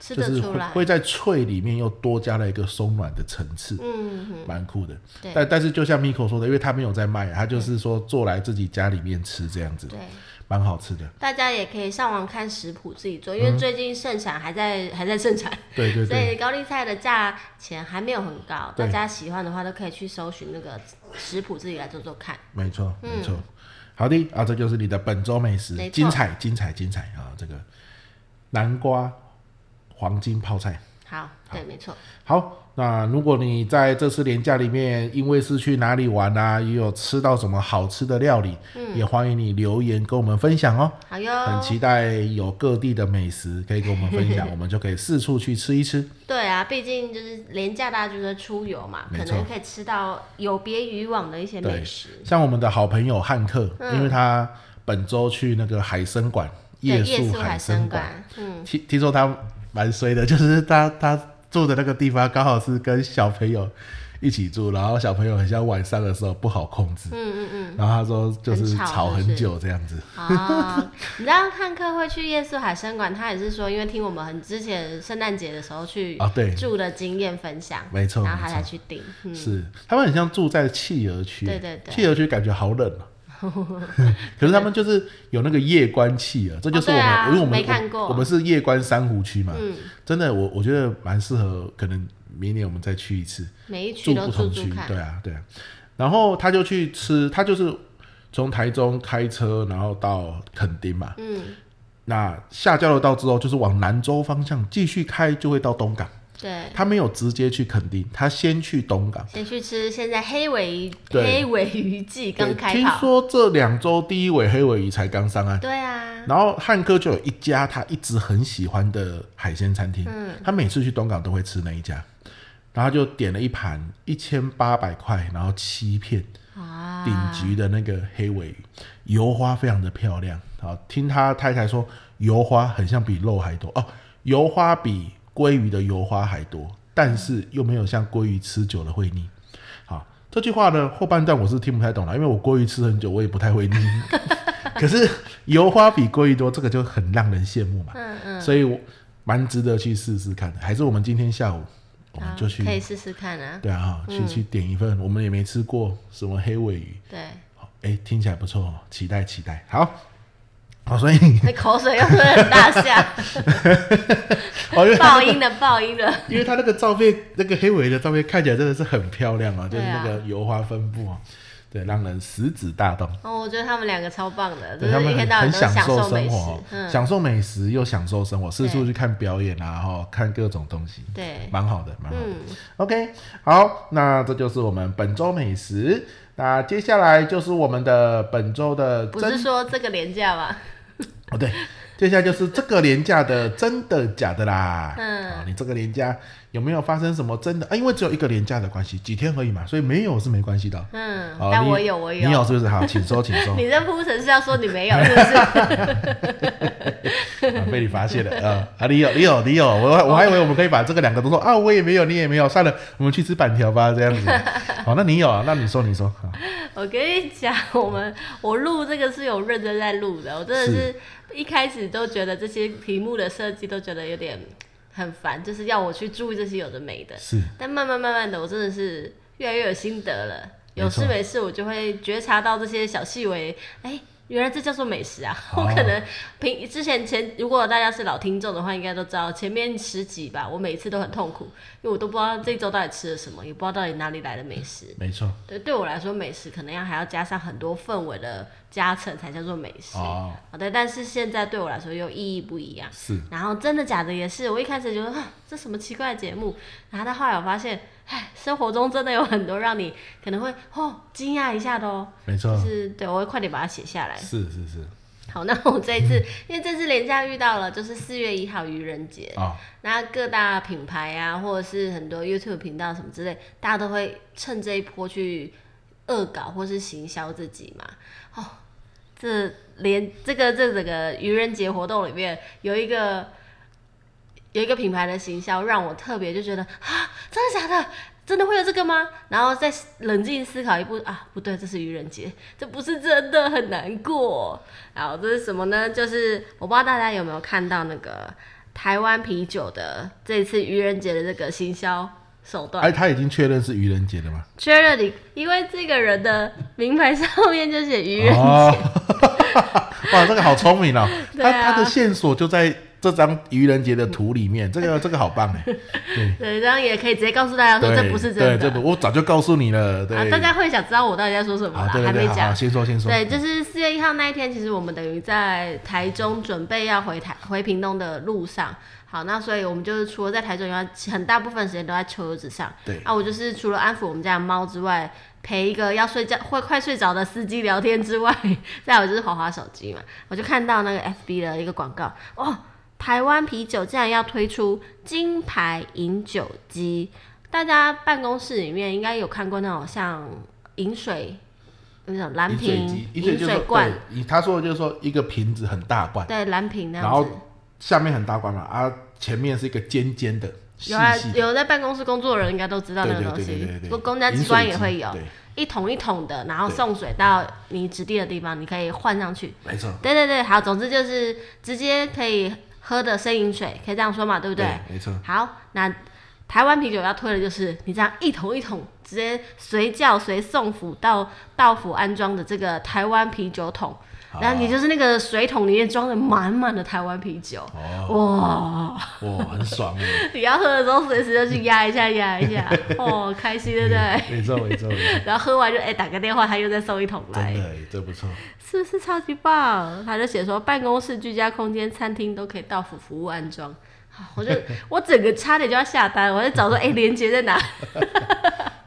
B: 吃
A: 就
B: 得
A: 是
B: 出
A: 会
B: 来。
A: 会在脆里面又多加了一个松软的层次，
B: 嗯，
A: 蛮酷的。
B: 对
A: 但但是就像 Miko 说的，因为他没有在卖，他就是说做来自己家里面吃这样子，
B: 对。
A: 蛮好吃的。
B: 大家也可以上网看食谱自己做，因
A: 嗯
B: 为最近盛产还在、还在盛产，
A: 对对
B: 所
A: 对，
B: 以高丽菜的价钱还没有很高。
A: 对
B: 大家喜欢的话都可以去搜寻那个食谱自己来做做看。
A: 没错没错。好的啊，这就是你的本周美食
B: 嗯没，错
A: 精彩精彩精彩啊！这个南瓜黄金泡菜。
B: 好，对，没错，
A: 好，那如果你在这次年假里面，因为是去哪里玩啊，也有吃到什么好吃的料理，
B: 嗯
A: 也欢迎你留言跟我们分享哦。
B: 好哟。
A: 很期待有各地的美食可以跟我们分
B: (laughs)
A: 享，我们就可以四处去吃一吃。
B: 对啊，毕竟就是廉价，大家就是出游嘛，
A: 没
B: 可
A: 错
B: 能可以吃到有别于往的一些美食。嗯
A: 像我们的好朋友汉克，因为他本周去那个海参馆
B: 对，
A: 宿
B: 宿海
A: 参
B: 参，馆，嗯，
A: 听听说他蛮衰的，就是他他住的那个地方刚好是跟小朋友一起住，然后小朋友很像晚上的时候不好控制，嗯嗯嗯，然后他说就是
B: 很吵
A: 吵
B: 是
A: 很
B: 不是
A: 久这样子，
B: 啊，你知道汉克会去夜宿海参馆，他也是说，因为听我们很之前圣诞节的时候去
A: 啊对
B: 住的经验分享，
A: 没错
B: 然后他
A: 没
B: 才去订。嗯，
A: 是他们很像住在企鹅区，
B: 对对对
A: 企鹅区感觉好冷
B: (laughs)
A: 啊。 (laughs) 可是他们就是有那个夜观企鹅，这就是我
B: 哦对
A: 们，
B: 啊
A: 因为我们
B: 没看过嗯
A: 我们是夜观珊瑚区嘛，真的我我觉得蛮适合，可能明年我们再去一次。
B: 每一
A: 住
B: 区都
A: 不
B: 住
A: 同区
B: 住，看
A: 对，啊，对啊。然后他就去吃，他就是从台中开车，然后到垦丁嘛。
B: 嗯，
A: 那下交流道之后，就是往南州方向继续开，就会到东港。
B: 对，
A: 他没有直接去垦丁，他先去东港。
B: 先去吃现在黑尾鱼
A: 对
B: 黑尾鱼季刚
A: 对
B: 开
A: 听
B: 跑，
A: 说这两周第一尾黑尾鱼才刚上岸，
B: 对啊，
A: 然后汉哥就有一家他一直很喜欢的海鲜餐厅，
B: 嗯
A: 他每次去东港都会吃那一家，然后他就点了一盘一千八百块，然后七片，
B: 啊，
A: 顶级的那个黑尾鱼，油花非常的漂亮。好，听他太太说，油花很像比肉还多哦，油花比鲑鱼的油花还多，但是又没有像鲑鱼吃久了会腻。好，这句话呢后半段我是听不太懂了，因为我鲑鱼吃很久，我也不太会腻。 (laughs) 可是油花比鲑鱼多，这个就很让人羡慕嘛。
B: 嗯嗯，
A: 所以我蛮值得去试试看的。还是我们今天下午我们
B: 好
A: 就去
B: 可以试试看啊，
A: 对啊，去、去点一份，我们也没吃过什么黑尾鱼，
B: 对， (laughs)
A: 好，哎，听起来不错哦，期待期待。好，好，所以 (laughs)
B: 那口水又喷得很大下，
A: 哦，因为他
B: 爆
A: 那个
B: 音的爆音的，
A: (laughs) 因为他那个照片，那个黑尾鱼的照片看起来真的是很漂亮啊，就是
B: 对啊
A: 那个油花分布啊，对对，让人食指大动。
B: 哦，我觉得他们两个超棒的，就
A: 对他
B: 是一
A: 们
B: 天
A: 很
B: 到晚
A: 很
B: 都享
A: 受
B: 美
A: 生
B: 食
A: 活、，哦
B: 嗯，
A: 享受美食又享受生活，四处
B: 对
A: 去看表演啊，然后看各种东西，
B: 对，
A: 蛮好的，蛮好的。
B: 嗯，
A: OK，好，那这就是我们本周美食。那接下来就是我们的本周的
B: 不
A: 真
B: 是说这个廉价吗？
A: 哦，对，接下来就是这个廉价的真的假的啦。
B: 嗯
A: 啊，你这个廉价有没有发生什么真的？啊，因为只有一个廉价的关系，几天而已嘛，所以没有是没关系的。
B: 嗯，
A: 好
B: 但
A: 你
B: 我有，我
A: 你有是不是？好，请说，请说。
B: (laughs) 你这铺陈是要说
A: (laughs)
B: 你没有，是不是？
A: 啊被你发现了啊！啊，你有，你有，你有，我我还以为我们可以把这个两个都说啊，我也没有，你也没有，算了，我们去吃板条吧，这样
B: (laughs)
A: 子。好，那你有啊？那你说，你说，好
B: 我跟你讲，我们我录这个是有认真在录的，我真的是一开始都觉得这些题目的设计都觉得有点很烦，就是要我去注意这些有的没的。
A: 是
B: 但慢慢慢慢的，我真的是越来越有心得了。
A: 没
B: 有事
A: 错
B: 没事，我就会觉察到这些小细微，哎、原来这叫做美食啊！
A: 哦
B: 我可能平之前前，如果大家是老听众的话，应该都知道前面十集吧，我每次都很痛苦，因为我都不知道这一周到底吃了什么，也不知道到底哪里来的美食。
A: 没错。
B: 对，对我来说，美食可能要还要加上很多氛围的加成才叫做美食。
A: 哦，
B: 好的，但是现在对我来说又意义不一样。
A: 是
B: 然后真的假的也是，我一开始觉得啊，这什么奇怪的节目，然后到后来我发现，唉，生活中真的有很多让你可能会哦惊讶一下的哦，
A: 没
B: 就
A: 错，
B: 是对我会快点把它写下来。
A: 是是是
B: 好，那我这一次，因为这次廉价遇到了，就是四月一号愚人节，
A: 啊，
B: 那各大品牌啊，或者是很多 YouTube 频道什么之类，大家都会趁这一波去恶搞或是行销自己嘛。哦，这连这个这整个愚人节活动里面有一个有一个品牌的行销，让我特别就觉得啊，真的假的？真的会有这个吗？然后再冷静思考一步啊，不对，这是愚人节，这不是真的，很难过。然后这是什么呢？就是我不知道大家有没有看到那个台湾啤酒的这次愚人节的这个行销手段
A: 哎，。他已经确认是愚人节了吗？
B: 确认你，因为这个人的名牌上面就
A: (laughs)
B: 写愚人节，
A: 哦，哇，这个好聪明哦！
B: 对
A: 他
B: 啊
A: 他的线索就在这张愚人节的图里面，这个这个好棒
B: (laughs)
A: 哎！对
B: 对，这样也可以直接告诉大家说
A: 对，
B: 啊这不是真
A: 对，这
B: 的。
A: 不，我早就告诉你了。对，
B: 啊，大家会想知道我到底在说什么
A: 啊
B: 啦，，
A: 对对
B: 还没
A: 对，好
B: 讲
A: 好，。先说先说。
B: 对，就是四月一号那一天，其实我们等于在台中准备要回台回屏东的路上。好，那所以我们就是除了在台中以外，很大部分时间都在车子上。
A: 对
B: 啊，我就是除了安抚我们家的猫之外，陪一个要睡觉会快睡着的司机聊天之外， (laughs) 再有就是滑滑手机嘛。我就看到那个 FB 的一个广告，哦，台湾啤酒竟然要推出金牌饮酒机。大家办公室里面应该有看过那种像饮水那种蓝
A: 饮水
B: 瓶
A: 机、饮
B: 饮
A: 水就是
B: 水
A: 说
B: 罐，，
A: 对他说的就是说一个瓶子很大罐，
B: 对蓝瓶那
A: 然
B: 样
A: 后
B: 子。
A: 下面很大罐嘛，啊，前面是一个尖尖的、细
B: 有啊，
A: 细的，
B: 有在办公室工作的人应该都知道
A: 对
B: 那
A: 对
B: 个东
A: 对对
B: 西
A: 对，对，
B: 公公家机
A: 饮水
B: 关也
A: 机
B: 会有
A: 对，
B: 一桶一桶的，然后
A: 对
B: 送水到你指定的地方，你可以换上去。
A: 没错，
B: 对对对，好，总之就是直接可以喝的生饮水，可以这样说嘛，对不对？
A: 没错，
B: 好，那台湾啤酒要推的就是你这样一桶一桶直接随叫随送府到到府安装的这个台湾啤酒桶，然后你就是那个水桶里面装的满满的台湾啤酒，
A: 哦，
B: 哇！
A: 哇，很爽哎。
B: (laughs) 你要喝的时候随时就去压一下压一
A: (laughs)
B: 下，哦，开心对不对？
A: 没错没错，没错
B: 然后喝完就哎、打个电话，他又再送一桶来
A: 真，的耶这不错，
B: 是不是超级棒？他就写说办公室、居家空间、餐厅都可以到府服务安装。好我就我整个差点就要下单，我在找说哎连接在哪，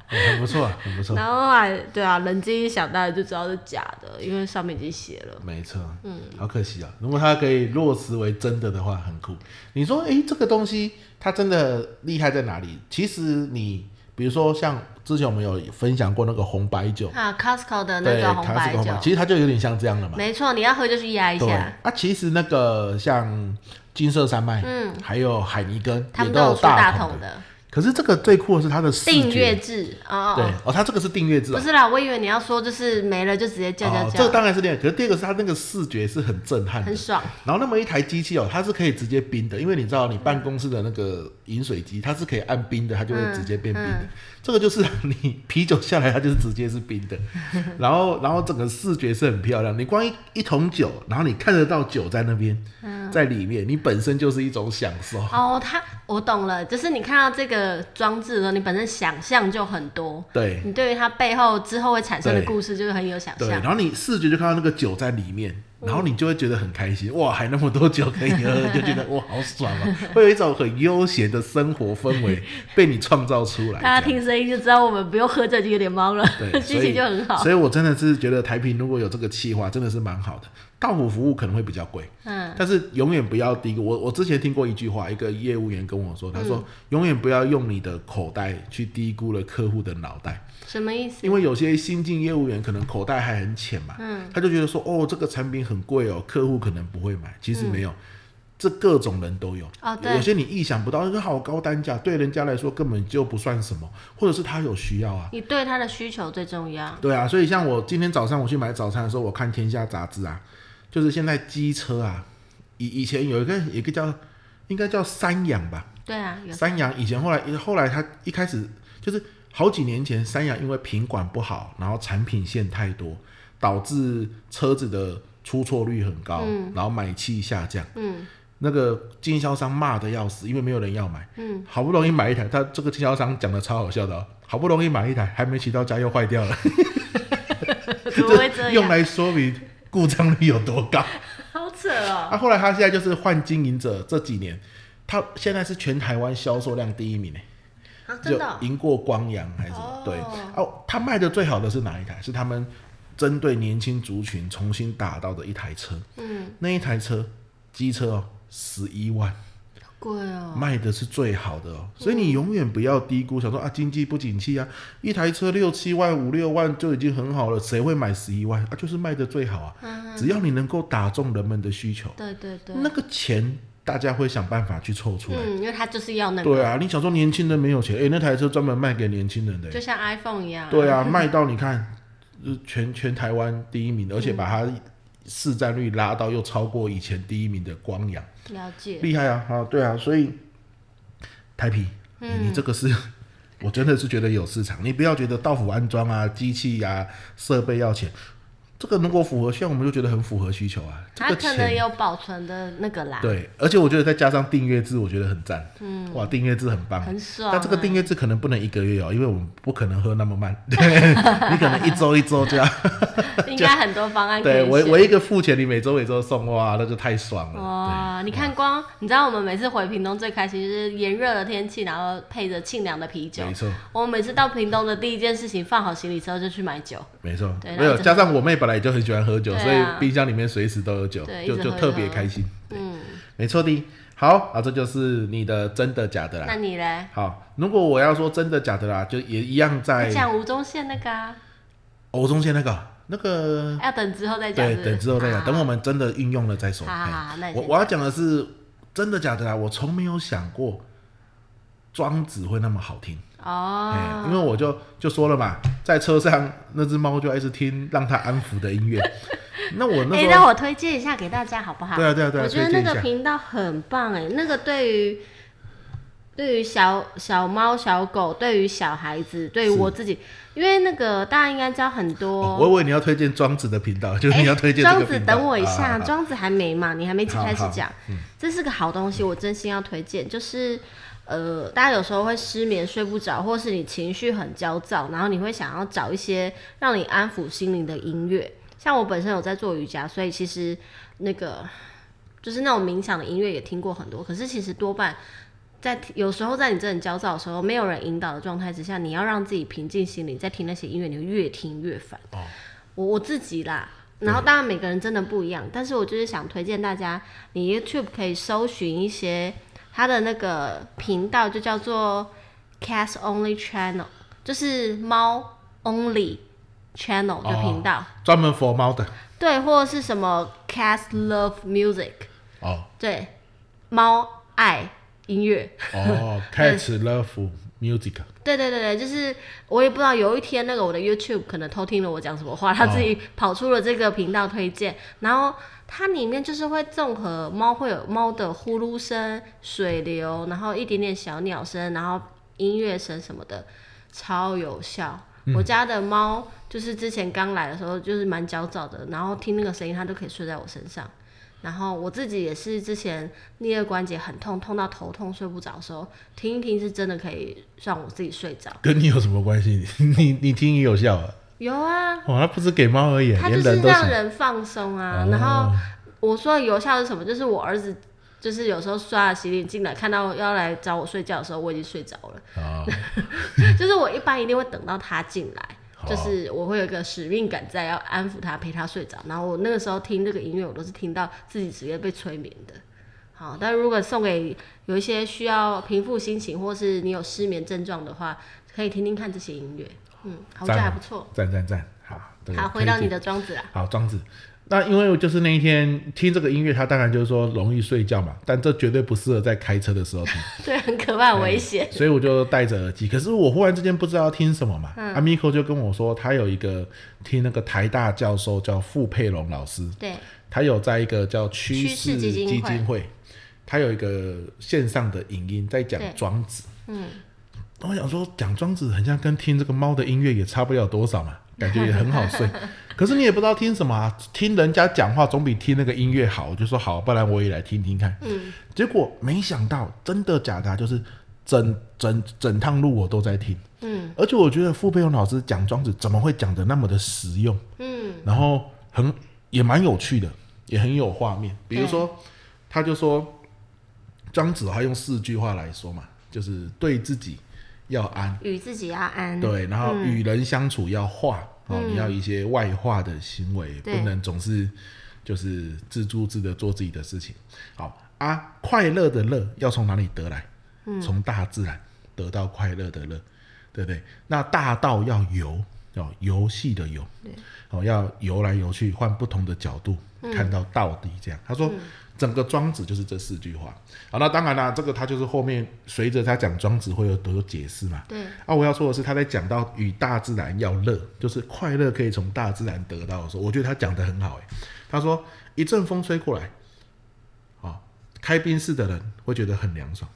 A: 哎很不错很不错，
B: 然后后来对啊，冷静一想，大家就知道是假的，因为上面已经写了。
A: 没错，嗯，好可惜啊。如果它可以落实为真的的话，很酷。你说，哎、这个东西它真的厉害在哪里？其实你比如说像之前我们有分享过那个红白酒，
B: 啊，Costco 的那
A: 对，
B: 个红
A: 它是
B: 白
A: 个红
B: 酒
A: 白，，其实它就有点像这样了嘛。
B: 没错，你要喝就去压一
A: 对
B: 下，
A: 啊，其实那个像金色山脉，嗯，还有海尼根，
B: 他
A: 也
B: 们
A: 都
B: 都有出
A: 大
B: 大
A: 桶
B: 桶。的
A: 可是这个最酷的是它的视
B: 订阅
A: 觉，
B: 制哦
A: 对
B: 哦，
A: 哦，它这个是订阅制、
B: 不
A: 哦，
B: 是啦，我以为你要说就是没了就直接叫叫
A: 哦，这个
B: 叫，
A: 当然是另外。可是第二个是它那个视觉是很震撼的
B: 很，爽。
A: 然后那么一台机器哦，它是可以直接冰的，因为你知道你办公室的那个饮水机，它是可以按冰的，它就会直接变冰的。这个就是你啤酒下来，它就是直接是冰的。然后，然后整个视觉是很漂亮。你光一一桶酒，然后你看得到酒在那边，在里面，你本身就是一种享受。
B: 哦，他我懂了，就是你看到这个装置的时候，你本身想象就很多，
A: 对
B: 你对于它背后之后会产生的
A: 对
B: 故事就是很有想
A: 对，
B: 象
A: 然。后你视觉就看到那个酒在里面，然后你就会觉得很开心，哇，还那么多酒可以喝，你就觉得哇好爽啊，会有一种很悠闲的生活氛围被你创造出来。
B: 大家
A: 这样
B: 听声音就知道我们不用喝这就有点懵了， (laughs)
A: 对，
B: 心
A: 所
B: 情
A: 以
B: 就很好。
A: 所以我真的是觉得台平如果有这个企划，真的是蛮好的。到府服务可能会比较贵，
B: 嗯，
A: 但是永远不要低估。我我之前听过一句话，一个业务员跟我说，他说、
B: 嗯
A: 永远不要用你的口袋去低估了客户的脑袋，
B: 什么意思？
A: 因为有些新进业务员可能口袋还很浅嘛，
B: 嗯
A: 他就觉得说哦这个产品很贵哦，客户可能不会买，其实没有。这各种人都有，
B: 嗯哦对
A: 有些你意想不到，就好高单价，对人家来说根本就不算什么，或者是他有需要啊，
B: 你对它的需求最重要。
A: 对啊，所以像我今天早上我去买早餐的时候，我看《天下》杂志啊，就是现在机车啊，以以前有一个有一个叫应该叫三洋吧，
B: 对啊，
A: (laughs)
B: 有
A: 三洋以前后来后来它一开始就是好几年前，三洋因为品管不好，然后产品线太多，导致车子的出错率很高，然后买气下降。
B: 嗯，
A: 那个经销商骂的要死，因为没有人要买。嗯，好不容易买一台，他这个经销商讲的超好笑的、哦，好不容易买一台，还没骑到家又坏掉了。
B: 怎么会这
A: 用
B: 样？
A: 来说明故障率有多高。
B: 好扯哦。
A: 啊，后来他现在就是换经营者，这几年他现在是全台湾销售量第一名呢，欸
B: 啊，真
A: 就
B: 的哦
A: 赢过光阳还是什么？
B: 哦
A: 对，哦，他卖的最好的是哪一台？是他们针对年轻族群重新打造的一台车，
B: 嗯，
A: 那一台车机车哦，十一万。
B: 好贵哦。
A: 卖的是最好的哦，所以你永远不要低估，想说啊经济不景气啊，一台车六七万五六万就已经很好了，谁会买十一万啊？就是卖的最好啊，只要你能够打中人们的需求，
B: 对对对，
A: 那个钱大家会想办法去凑出来。
B: 嗯，因为它就是要那
A: 对
B: 个，
A: 啊，你想说年轻人没有钱，诶，那台车专门卖给年轻人的、
B: 就像 iPhone 一样。
A: 对，啊， (laughs) 卖到你看，呃全全台湾第一名，而且把它市占率拉到又超过以前第一名的光阳。
B: 了解。
A: 厉害啊！啊，对啊，所以台皮，你
B: 嗯
A: 你这个是， (laughs) 我真的是觉得有市场。你不要觉得到府安装啊、机器啊、设备要钱，这个如果符合，像我们就觉得很符合需求啊。这
B: 它
A: 个
B: 可能
A: 钱。
B: 有保存的那个啦，
A: 对，而且我觉得再加上订阅制，我觉得很赞。嗯，哇，订阅制很棒。
B: 很爽。啊
A: 但这个订阅制可能不能一个月哦，因为我们不可能喝那么
B: (laughs)
A: 慢，对，你可能一周一周这样。
B: 应该很多方 (laughs) 案可
A: 对
B: 以
A: 我
B: 选哦
A: 我一个付钱，你每周每周送，哇，那就太爽了。
B: 哇，你看光，你知道我们每次回屏东最开心就是炎热的天气，然后配着清凉的啤酒
A: 对，。没错。
B: 我们每次到屏东的第一件事情，放好行李之后就去买酒。
A: 没错，
B: 对
A: 没有
B: 然后就
A: 加上我妹本来就很喜欢喝酒，
B: 对啊
A: 所以冰箱里面随时都有酒，
B: 对
A: 就
B: 一直
A: 就
B: 喝
A: 特别开心。
B: 嗯，
A: 没错的，好啊，这就是你的真的假的
B: 那
A: 啦。
B: 你嘞？
A: 好，如果我要说真的假的啦，就也一样在
B: 你讲吴宗宪那个啊，
A: 欧中线那个那个，
B: 要哎等之后再讲。
A: 嗯对
B: 是，不是
A: 等之后再讲，
B: 好
A: 等我们真的运用了再说。
B: 好好
A: 嘿
B: 好，那你
A: 我
B: 先
A: 我要讲的是真的假的啦，我从没有想过庄子会那么好听。哎，因
B: 哦，
A: 为我就就说了嘛，在车上那只猫就一直听让它安抚的音
B: (laughs)
A: 乐。那我那
B: 哎，
A: 时
B: 让
A: 候，
B: 我推荐一下给大家好不好？
A: 对啊对啊对啊
B: 我觉得
A: 推荐
B: 那
A: 一下
B: 个频道很棒哎，那个对于。对于小小猫、小狗，对于小孩子，对于
A: 是
B: 我自己，因为那个大家应该知道很多、
A: 哦我以为你要推荐庄子的频道，就是你要推荐这
B: 哎庄
A: 个
B: 子，
A: 频道。
B: 等我一下，
A: 啊
B: 庄子还没嘛，你还没
A: 好
B: 开始
A: 好
B: 讲。这是个好东西，我真心要推荐。就是呃，大家有时候会失眠、睡不着，或是你情绪很焦躁，然后你会想要找一些让你安抚心灵的音乐。像我本身有在做瑜伽，所以其实那个就是那种冥想的音乐也听过很多，可是其实多半。在听有时候，在你真的很焦躁的时候，没有人引导的状态之下，你要让自己平静心灵，在听那些音乐，你会越听越烦。
A: 哦
B: 我我自己啦，然后当然每个人真的不一样，但是我就是想推荐大家，你 YouTube 可以搜寻一些他的那个频道，就叫做 Cat Only Channel，就是猫 Only Channel 的频道，
A: 啊专门佛猫的
B: 对，或者是什么 Cat Love Music，
A: 哦
B: 对，猫爱音乐。 (laughs)
A: 哦，Cats Love Music，
B: 对对对对，就是我也不知道，有一天那个我的 YouTube 可能偷听了我讲什么话，他自己跑出了这个频道推荐，然后它里面就是会综合猫会有猫的呼噜声、水流，然后一点点小鸟声，然后音乐声什么的，超有效。我家的猫就是之前刚来的时候就是蛮焦躁的，然后听那个声音它都可以睡在我身上，然后我自己也是之前颞颌关节很痛，痛到头痛睡不着的时候，听一听是真的可以让我自己睡着。
A: 跟你有什么关系？ (laughs) 你你听也有效啊！
B: 有啊，
A: 哇，那不是给猫而已，啊
B: 它
A: 连
B: 就是
A: 人都
B: 让
A: 行。
B: 人放松啊。
A: 哦
B: 然后我说的有效是什么？就是我儿子就是有时候刷牙洗脸进来，看到要来找我睡觉的时候，我已经睡着了。
A: 啊，
B: (laughs) 就是我一般一定会等到他进来，
A: 好
B: 就是我会有一个使命感在，要安抚他，陪他睡着。然后我那个时候听这个音乐，我都是听到自己直接被催眠的。好，但如果送给有一些需要平复心情，或是你有失眠症状的话，可以听听看这些音乐。嗯，好我觉得
A: 赞
B: 还不错。
A: 赞赞赞，啊好，这个
B: 好，回到
A: 推荐
B: 你的庄子啊啦。
A: 好，庄子。那因为就是那一天听这个音乐，它当然就是说容易睡觉嘛，但这绝对不适合在开车的时候听，
B: 对，很可怕，很危险。
A: 所以我就戴着耳机。可是我忽然之间不知道要听什么嘛，阿米 o 就跟我说，他有一个听那个台大教授叫傅佩龙老师，
B: 对，
A: 他有在一个叫趋
B: 趋势
A: 势
B: 基
A: 基
B: 金会
A: 金会，他有一个线上的影音在讲
B: 对
A: 庄子。
B: 嗯，
A: 我想说，讲庄子很像跟听这个猫的音乐也差不了多
B: (laughs)
A: 少嘛，感觉也很好睡。可是你也不知道听什么、啊，听人家讲话总比听那个音乐好。我就说好，不然我也来听听看。嗯，结果没想到，真的假的啊、就是整整整趟路我都在听。嗯，而且我觉得傅佩荣老师讲庄子怎么会讲的那么的实用？嗯，然后很也蛮有趣的，也很有画面。比如说，他就说庄子他用四句话来说嘛，就是对自己要安，
B: 与自己要安。
A: 对，然后与人相处要化、哦，你要一些外化的行为，不
B: 对
A: 能总是就是自助自的做自己的事情。好啊，快乐的乐要从哪里得来？从大自然得到快乐的乐，对不对？那大道要游，哦，游戏的游，哦，要游来游去，换不同的角度、看到到底这样。他说。整个庄子就是这四句话，好，那当然啦、这个他就是后面随着他讲庄子会有多多解释嘛，
B: 对
A: 啊，我要说的是，他在讲到与大自然要乐，就是快乐可以从大自然得到的时候，我觉得他讲的很好、欸。他说一阵风吹过来，啊、开宾士的人会觉得很凉爽，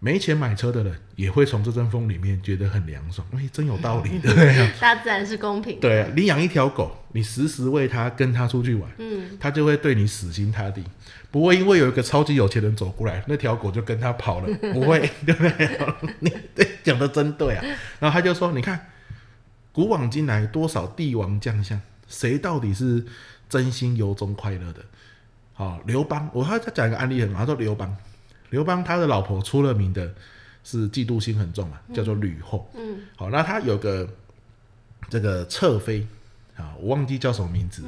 A: 没钱买车的人也会从这阵风里面觉得很凉爽，哎、真有道理，对不对？
B: 大自然是公平。
A: 对啊，你养一条狗，你时时喂它，跟它出去玩，嗯，它就会对你死心塌地，不会因为有一个超级有钱人走过来，那条狗就跟它跑 (laughs) 了，不会，对不对？ (laughs) 你对讲的真对 (laughs) 啊。然后他就说，你看，古往今来多少帝王将相，谁到底是真心由衷快乐的？好、刘邦，我还要再讲一个案例很好，他说刘邦，刘邦他的老婆出了名的是嫉妒心很重嘛，叫做吕后。嗯，好，那他有个这个侧妃啊，我忘记叫什么名字，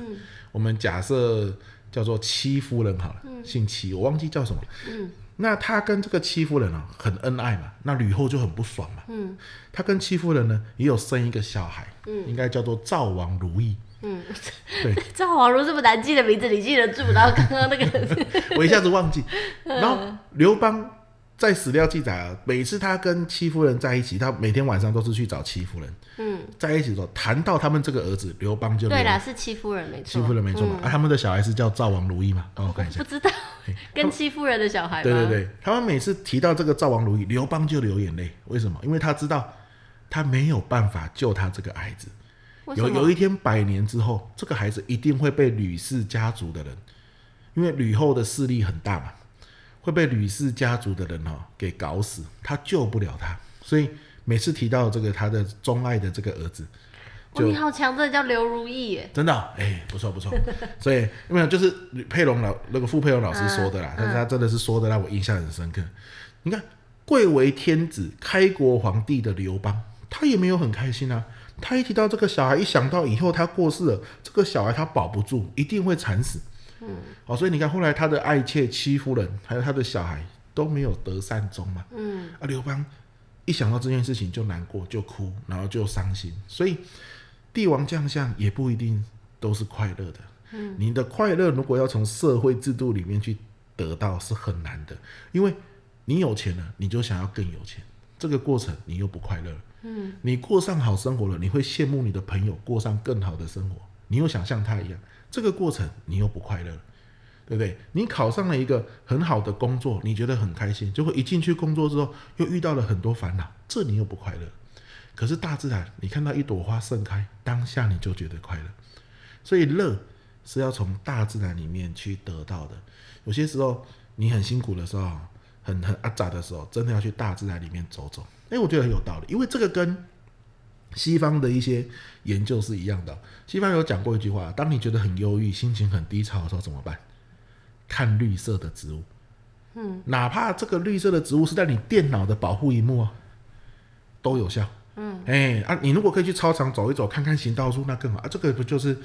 A: 我们假设叫做戚夫人好了，姓戚，我忘记叫什么。嗯，那他跟这个戚夫人啊很恩爱嘛，那吕后就很不爽嘛。嗯，他跟戚夫人呢也有生一个小孩，嗯，应该叫做赵王如意。
B: 嗯，
A: (laughs) 对，
B: 赵黄如这么难记的名字，你记得住？然后刚
A: (laughs)
B: 刚那个，
A: 我一下子 (laughs) 忘记。然后刘邦在史料记载啊，每次他跟戚夫人在一起，他每天晚上都是去找戚夫人。嗯，在一起的时候谈到他们这个儿子刘邦就
B: 对
A: 了，
B: 啦，是戚夫人没错。
A: 戚夫人没错嘛、啊，他们的小孩是叫赵王如意嘛？帮我看一下
B: 嗯不。知道，跟戚夫人的小孩
A: 哎
B: 吗？
A: 对对对，他们每次提到这个赵王如意，刘邦就流眼泪。为什么？因为他知道他没有办法救他这个孩子。
B: 为什
A: 有
B: 么
A: 有一天百年之后，这个孩子一定会被吕氏家族的人，因为吕后的势力很大嘛，会被吕氏家族的人哦给搞死，他救不了他，所以每次提到这个他的钟爱的这个儿子，
B: 哇，你好强，真的叫刘如意耶。
A: 真的哦、哎、不错不 (laughs) 错。所以没有，就是佩龙老那个傅佩龙老师说的啦，但是他真的是说的让我印象很深刻。你看，贵为天子、开国皇帝的刘邦，他也没有很开心啊。他一提到这个小孩，一想到以后他过世了，这个小孩他保不住，一定会惨死。嗯，哦，所以你看，后来他的爱妾戚夫人，还有他的小孩都没有得善终嘛。嗯，啊，刘邦一想到这件事情就难过，就哭，然后就伤心，所以。帝王将相也不一定都是快乐的。你的快乐如果要从社会制度里面去得到是很难的，因为你有钱了，你就想要更有钱，这个过程你又不快乐了。嗯，你过上好生活了，你会羡慕你的朋友过上更好的生活，你又想像他一样，这个过程你又不快乐了。对不对？你考上了一个很好的工作，你觉得很开心，结果一进去工作之后，又遇到了很多烦恼，这你又不快乐。可是大自然，你看到一朵花盛开，当下你就觉得快乐。所以乐是要从大自然里面去得到的。有些时候你很辛苦的时候，很很阿杂的时候，真的要去大自然里面走走。哎，我觉得很有道理，因为这个跟西方的一些研究是一样的。西方有讲过一句话：当你觉得很忧郁、心情很低潮的时候，怎么办？看绿色的植物。嗯，哪怕这个绿色的植物是在你电脑的保护荧幕啊，都有效。嗯，哎、啊，你如果可以去操场走一走，看看行道树，那更好啊。这个不就是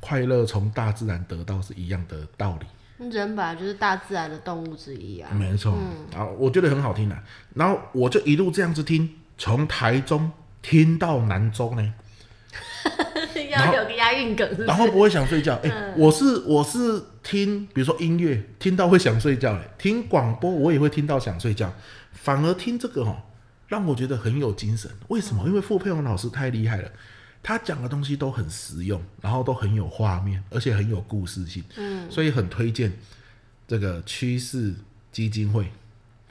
A: 快乐从大自然得到是一样的道理？
B: 人本来就是大自然的动物之一啊。
A: 没错，啊，我觉得很好听的、然后我就一路这样子听，从台中听到南州呢，然
B: (laughs) 要
A: 后
B: 有个押韵梗是不
A: 然
B: 是？
A: 后不会想睡觉。哎、
B: 嗯
A: 我是我是听，比如说音乐听到会想睡觉、哎，听广播我也会听到想睡觉，反而听这个哦，让我觉得很有精神。为什
B: 嗯
A: 么？因为傅佩荣老师太厉害了。他讲的东西都很实用，然后都很有画面，而且很有故事性，嗯，所以很推荐这个趋势基金会，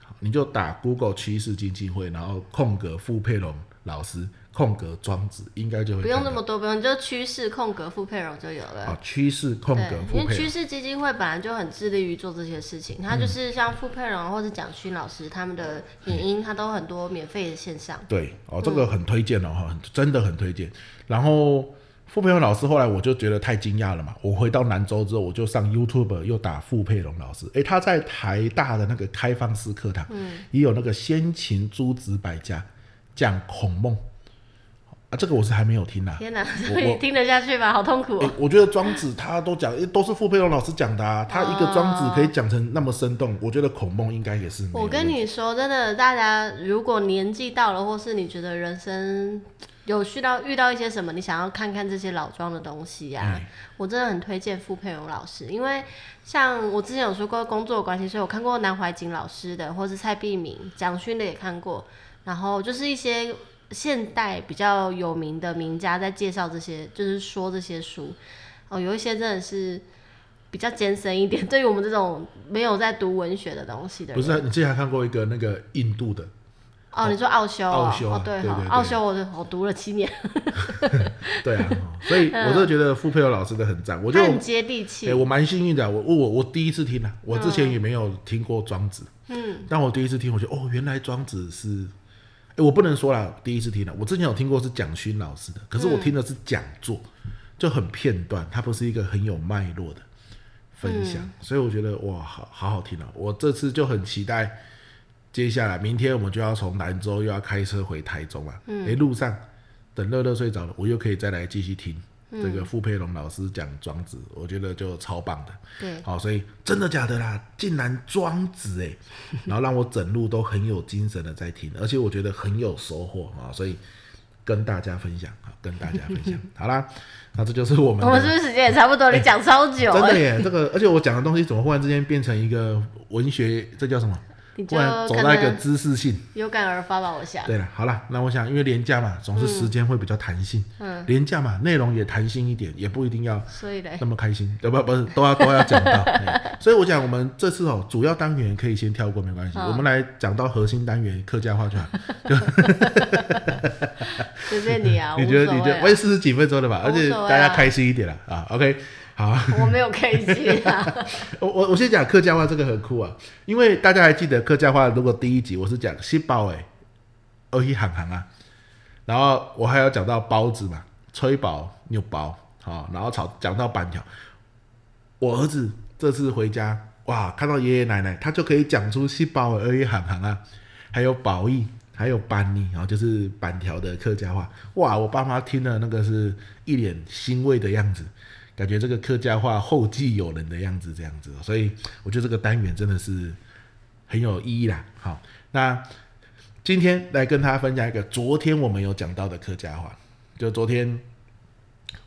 A: 好你就打 Google 趋势基金会，然后空格傅佩荣老师，空格庄子，应该就会
B: 不用
A: 看
B: 那
A: 到
B: 么多，不用，就趋势空格傅佩荣就有了。
A: 啊，趋势空格
B: 对，
A: 傅
B: 因为
A: 佩
B: 趋
A: 荣，
B: 势基金会本来就很致力于做这些事情，
A: 嗯
B: 它就是像傅佩荣或者蒋勋老师他们的影音，它都很多免费的线上。
A: 对哦，这个很推荐哦，哈、很真的很推荐。然后傅佩荣老师后来我就觉得太惊讶了嘛，我回到兰州之后，我就上 YouTube 又打傅佩荣老师，诶，他在台大的那个开放式课堂，
B: 嗯
A: 也有那个先秦诸子百家讲孔孟啊，这个我是还没有听啦、
B: 天啊哪，
A: 我
B: 你听得下去吗？好痛苦、
A: 诶
B: 哦。
A: 我觉得庄子他都讲，诶都是傅佩荣老师讲的啊。他一个庄子可以讲成那么生动，我觉得孔孟应该也是没有
B: 我跟
A: 问题
B: 你说，真的，大家如果年纪到了，或是你觉得人生有需要遇到一些什么，你想要看看这些老庄的东西呀、
A: 嗯
B: 我真的很推荐傅佩荣老师，因为像我之前有说过工作的关系，所以我看过南怀瑾老师的，或是蔡碧明、蒋勋的也看过，然后就是一些现代比较有名的名家在介绍这些，就是说这些书，哦，有一些真的是比较艰深一点，对 (laughs) 于我们这种没有在读文学的东西的人，
A: 不是啊，你之前还看过一个那个印度的，
B: 哦，你说奥修、哦，
A: 奥修啊
B: 哦，对
A: 对
B: 哈
A: 对，对
B: 奥修我我读了七年，
A: (laughs) 对啊，哦所以我就觉得傅佩友老师的很赞，我就
B: 嗯他很接地气，嗯
A: 哎、我蛮幸运的，我我我第一次听啊，我之前也没有听过庄子，嗯，但我第一次听，我觉得哦，原来庄子是，哎、我不能说啦，第一次听了，我之前有听过是蒋勋老师的，可
B: 嗯
A: 是我听的是讲座，就很片段，它不是一个很有脉络的分
B: 嗯
A: 享，所以我觉得哇，好好好听啊，我这次就很期待。接下来，明天我们就要从兰州又要开车回台中了。嗯，哎、路上等乐乐睡着了，我又可以再来继续听这个傅佩龙老师讲庄子，我觉得就超棒的。
B: 对，
A: 好，所以真的假的啦？竟然庄子 (laughs) 哎，然后让我整路都很有精神的在听，而且我觉得很有收获啊，所以跟大家分享啊，跟大家分 (laughs) 享。好啦，那这就是我们
B: 我们是
A: 的
B: 不是时间也差不多？你讲超久
A: 哎真
B: 了，
A: 的耶，这个而且我讲的东西怎么忽然之间变成一个文学，这叫什么？
B: 你就
A: 忽然走
B: 可
A: 到一个
B: 能
A: 知识性。
B: 有感而发吧，我想。
A: 对了，好了，那我想因为廉价嘛，总是时间会比较弹性，嗯，廉价嘛，内容也弹性一点，也不一定要
B: 所以嘞，
A: 那么开心，对不？不是，都要都要讲
B: (laughs)
A: 到。哎所以我讲，我们这次哦，主要单元可以先跳过，没关系。
B: 好
A: 我们来讲到核心单元客家话就好。
B: 随便你啊，
A: (laughs) 你觉得？
B: 无
A: 你觉
B: 所谓
A: 得？
B: 啊
A: 我也四十几分钟了吧？
B: 无
A: 而
B: 所谓
A: 且
B: 啊
A: 大家开心一点啦啊。OK，好，
B: 我没有开心
A: (laughs)
B: 啊，
A: 我我我先讲客家话，这个很酷啊，因为大家还记得客家话，如果第一集我是讲西包哎，二一行行啊，然后我还要讲到包子嘛，吹包、牛包，好、然后炒讲到板条。我儿子这次回家，哇，看到爷爷奶奶，他就可以讲出西包哎，二一行行啊，还有宝义，还有板泥，然、后就是板条的客家话。哇，我爸妈听了那个是一脸欣慰的样子。感觉这个客家话后继有人的样子，这样子，所以我觉得这个单元真的是很有意义啦。好，那今天来跟大家分享一个昨天我们有讲到的客家话，就昨天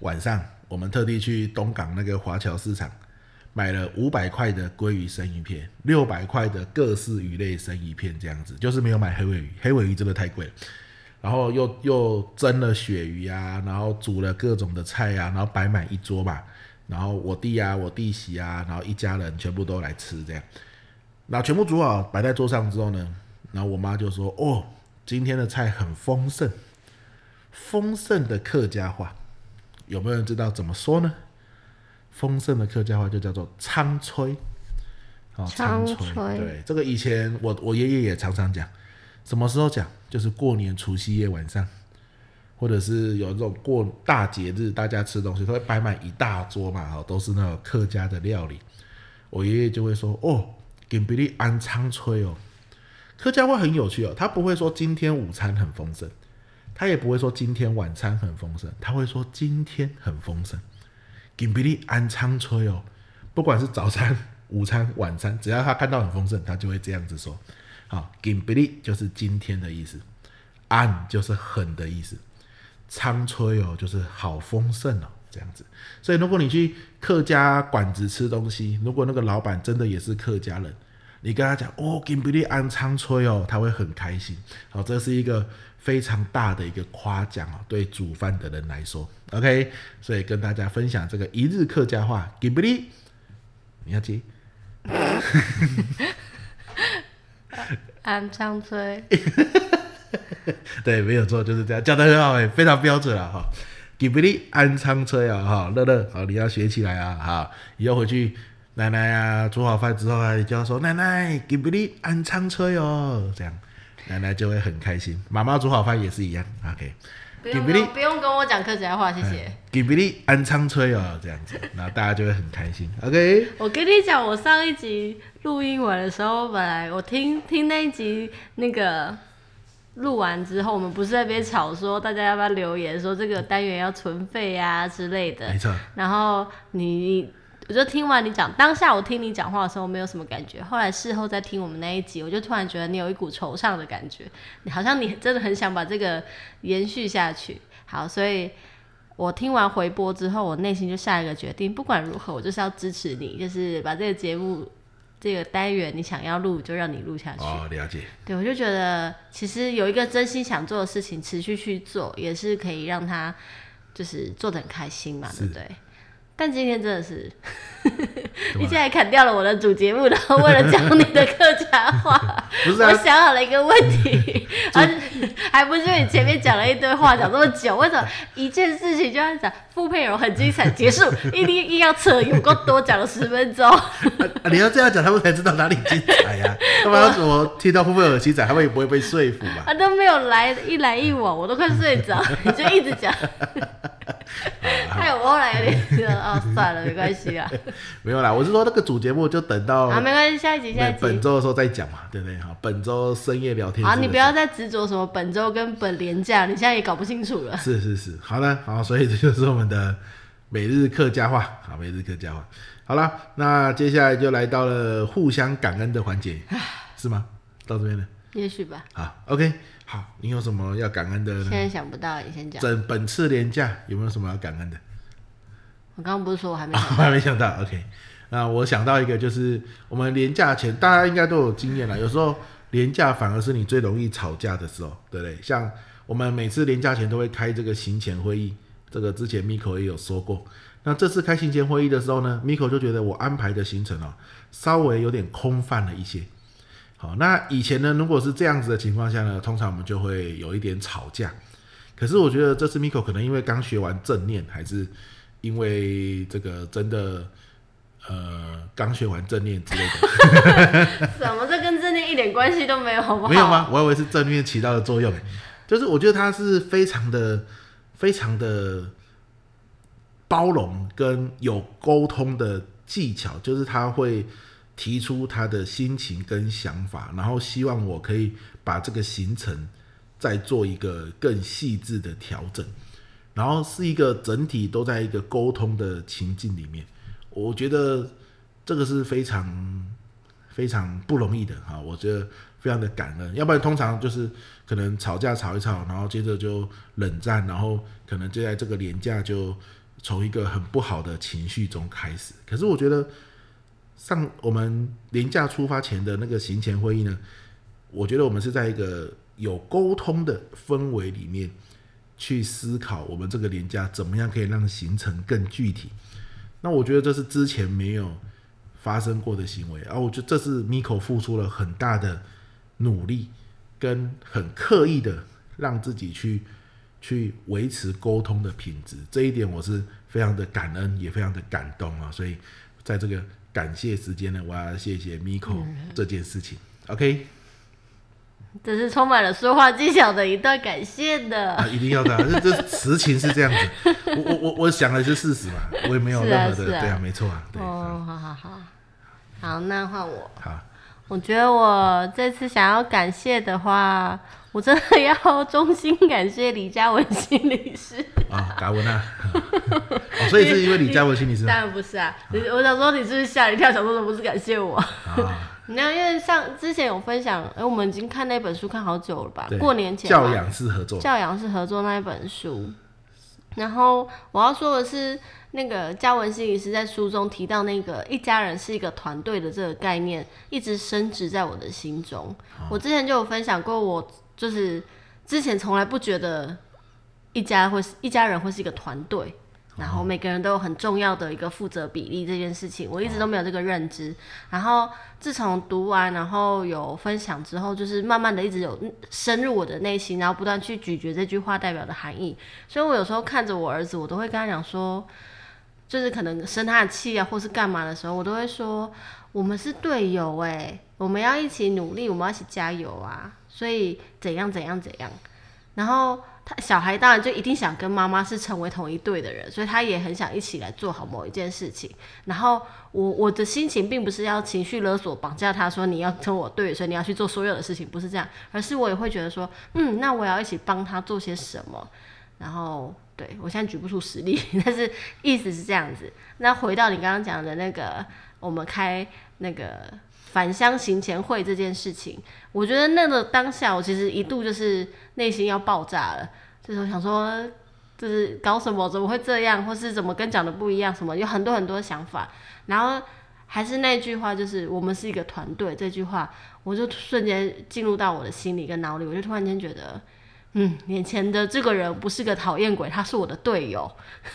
A: 晚上我们特地去东港那个华侨市场买了五百块的鲑鱼生鱼片，六百块的各式鱼类生鱼片，这样子，就是没有买黑尾鱼，黑尾鱼真的太贵了。然后又又蒸了鳕鱼啊，然后煮了各种的菜啊，然后摆满一桌吧。然后我弟啊，我弟媳啊，然后一家人全部都来吃这样。那全部煮好摆在桌上之后呢，然后我妈就说：“哦，今天的菜很丰盛，丰盛的客家话，有没有人知道怎么说呢？”丰盛的客家话就叫做苍吹。哦，苍
C: 苍
A: 吹，
C: 吹
A: 对，这个以前我我爷爷也常常讲，什么时候讲？就是过年除夕夜晚上，或者是有这种过大节日，大家吃东西，他会摆满一大桌嘛，哦，都是那种客家的料理。我爷爷就会说：“哦，给比利安苍吹哦。”客家话很有趣哦，他不会说今天午餐很丰盛，他也不会说今天晚餐很丰盛，他会说今天很丰盛。给比利安苍吹哦，不管是早餐、午餐、晚餐，只要他看到很丰盛，他就会这样子说。好，给比利就是今天的意思，安就是很的意思。苍吹哦，就是好丰盛哦，这样子。所以如果你去客家馆子吃东西，如果那个老板真的也是客家人，你跟他讲哦，金比利安苍吹哦，他会很开心。好、这是一个非常大的一个夸奖哦，对煮饭的人来说，OK。所以跟大家分享这个一日客家话，金比利，你要接。
C: 安张吹，
A: 哎 (laughs) 对，没有错，就是这样，讲的很好哎、非常标准了哈。给不利安仓吹啊哈，乐乐好，你要学起来啊哈，以后回去奶奶啊煮好饭之后啊，你就要说奶奶给不利安仓吹哦，这样奶奶就会很开心。妈妈煮好饭也是一样，OK。
B: 不
A: 给
B: 用
A: 不哎
B: 跟
A: 利
B: 不用跟我讲客家话，谢谢。
A: 给不利安仓吹哦，这样子，然后大家就会很开心，OK。
B: 我跟你讲，我上一集录音完的时候，本来我听听那一集那个录完之后，我们不是在那边吵说大家要不要留言说这个单元要存费啊之类的
A: 没，错，
B: 然后你。我就听完你讲，当下我听你讲话的时候没有什么感觉，后来事后再听我们那一集，我就突然觉得你有一股惆怅的感觉，你好像你真的很想把这个延续下去。 (laughs) 好，所以我听完回播之后，我内心就下一个决定，不管如何，我就是要支持你，就是把这个节目这个单元你想要录就让你录下去。
A: 哦，了解，
B: 对，我就觉得其实有一个真心想做的事情，持续去做，也是可以让他就是做的很开心嘛，对不对？但今天真的是，
A: 怎么
B: (laughs) 你
A: 了
B: 竟然砍掉了我的主节目，然后为了讲你的客家话，
A: (laughs) 不是
B: 我
A: 啊，
B: 想好了一个问
A: (laughs)
B: 题，而且还不是因为你前面讲了一堆话，讲这么久，为什么一件事情就要讲傅佩荣很精彩结束，一定硬要扯，有够多讲了十分钟。
A: 啊你要这样讲，他们才知道哪里精彩
B: (laughs)
A: 呀、要不然我听到会不会有精彩，他们也不会被说服嘛。
B: 啊，都没有来，一来一往，我都快睡
A: (laughs)
B: 着，你就一直讲，
A: 啊
B: 害我后来有点觉得，哦，算了，没关系
A: (laughs)
B: 啦，
A: 没有啦，我是说那个主节目就等到
B: 啊，没关系，下一集，下一
A: 本本
B: 集。
A: 周的时候再讲嘛，对不对？好，本周深夜聊天室的
B: 好，
A: 时候。
B: 你不要再执着什么本周跟本廉价，你现在也搞不清楚
A: (laughs)
B: 了。
A: 是是是，好的，好，所以这就是我们的每日客家话，好，每日客家话。好了，那接下来就来到了互相感恩的环节，是吗？到这边了，
B: 也许吧，
A: 好，OK，好，你有什么要感恩的
B: 现
A: 呢？
B: 在想不到，你先讲。
A: 整本次廉价有没有什么要感恩的？
B: 我刚刚不是说我还没
A: 啊，
B: 想
A: 我还没想到，OK。那我想到一个，就是我们廉价前，大家应该都有经验了。有时候廉价反而是你最容易吵架的时候，对不对？像我们每次廉价前都会开这个行前会议，这个之前 Miko 也有说过。那这次开行前会议的时候呢，Miko 就觉得我安排的行程哦，稍微有点空泛了一些。好，那以前呢，如果是这样子的情况下呢，通常我们就会有一点吵架。可是我觉得这次 Miko 可能因为刚学完正念，还是因为这个真的呃刚学完正念之类的，
B: 到， (laughs) 什么这跟正念一点关系都没有，好不好？
A: 啊没有？吗？我以为是正念起到的作用，欸就是我觉得他是非常的非常的包容跟有沟通的技巧，就是他会提出他的心情跟想法，然后希望我可以把这个行程再做一个更细致的调整，然后是一个整体都在一个沟通的情境里面，我觉得这个是非常非常不容易的哈，我觉得非常的感恩，要不然通常就是可能吵架吵一吵，然后接着就冷战，然后可能就在这个廉价就从一个很不好的情绪中开始。可是我觉得上我们廉价出发前的那个行前会议呢，我觉得我们是在一个有沟通的氛围里面去思考我们这个廉价怎么样可以让行程更具体。那我觉得这是之前没有发生过的行为，而、我觉得这是 Miko 付出了很大的努力，跟很刻意的让自己去去维持沟通的品质，这一点我是非常的感恩，也非常的感动啊。所以在这个感谢时间呢，我要谢谢 Miko
B: 嗯
A: 这件事情。OK
B: 这是充满了说话技巧的一段感谢的。
A: 啊，一定要的啊，这这实情是这样子。我我我我想的是事实嘛，我也没有
B: 是啊
A: 任何的
B: 是啊
A: 对啊，没错啊，对。
B: 哦，好好好，好，那换我。
A: 好，
B: 我觉得我这次想要感谢的话，我真的要衷心感谢李嘉文心
A: (laughs)
B: 理师。
A: 啊，达文啊， (laughs) 哦，所以是因为李嘉文心理师吗
B: (laughs) 当然不是啊，你我想说你是不是吓一跳，想说怎么不是感谢我？
A: 啊，
B: 没有，因为上之前有分享，哎、我们已经看那本书看好久了吧
A: 对？
B: 过年前吧啊
A: 教养是合作，
B: 教养是合作那一本书。然后我要说的是，那个嘉文心理师在书中提到那个一家人是一个团队的这个概念，一直深植在我的心中。我之前就有分享过，我就是之前从来不觉得一家会是一家人会是一个团队，然后每个人都有很重要的一个负责比例这件事情，我一直都没有这个认知。然后自从读完，然后有分享之后，就是慢慢的一直有深入我的内心，然后不断去咀嚼这句话代表的含义。所以我有时候看着我儿子，我都会跟他讲说，就是可能生他的气啊，或是干嘛的时候，我都会说，我们是队友哎、我们要一起努力，我们要一起加油啊！所以怎样怎样怎样，然后他小孩当然就一定想跟妈妈是成为同一队的人，所以他也很想一起来做好某一件事情。然后我我的心情并不是要情绪勒索绑架他说你要跟我对，所以你要去做所有的事情，不是这样，而是我也会觉得说，嗯，那我也要一起帮他做些什么。然后对我现在举不出实例， (laughs) 但是意思是这样子。那回到你刚刚讲的那个，我们开那个返乡行前会这件事情，我觉得那个当下，我其实一度就是内心要爆炸了，就是我想说，就是搞什么，怎么会这样，或是怎么跟讲的不一样，什么有很多很多想法。然后还是那句话，就是我们是一个团队这句话，我就瞬间进入到我的心里跟脑里，我就突然间觉得。嗯，眼前的这个人不是个讨厌鬼，他是我的队友。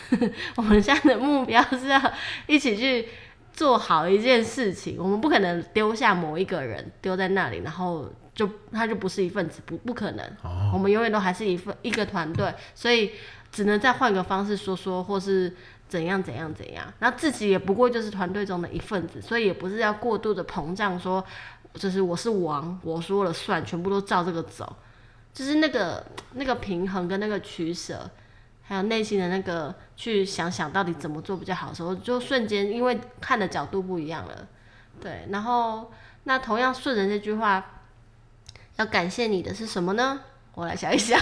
B: (laughs) 我们现在的目标是要一起去做好一件事情，我们不可能丢下某一个人丢在那里，然后就他就不是一份子，不不可能。我们永远都还是一份一个团队，所以只能再换个方式说说，或是怎样怎样怎样。那自己也不过就是团队中的一份子，所以也不是要过度的膨胀说，就是我是王，我说了算，全部都照这个走。就是那个那个平衡跟那个取舍，还有内心的那个去想想到底怎么做比较好的时候，就瞬间因为看的角度不一样了，对。然后那同样顺着这句话，要感谢你的是什么呢？我来想一 (laughs) 想，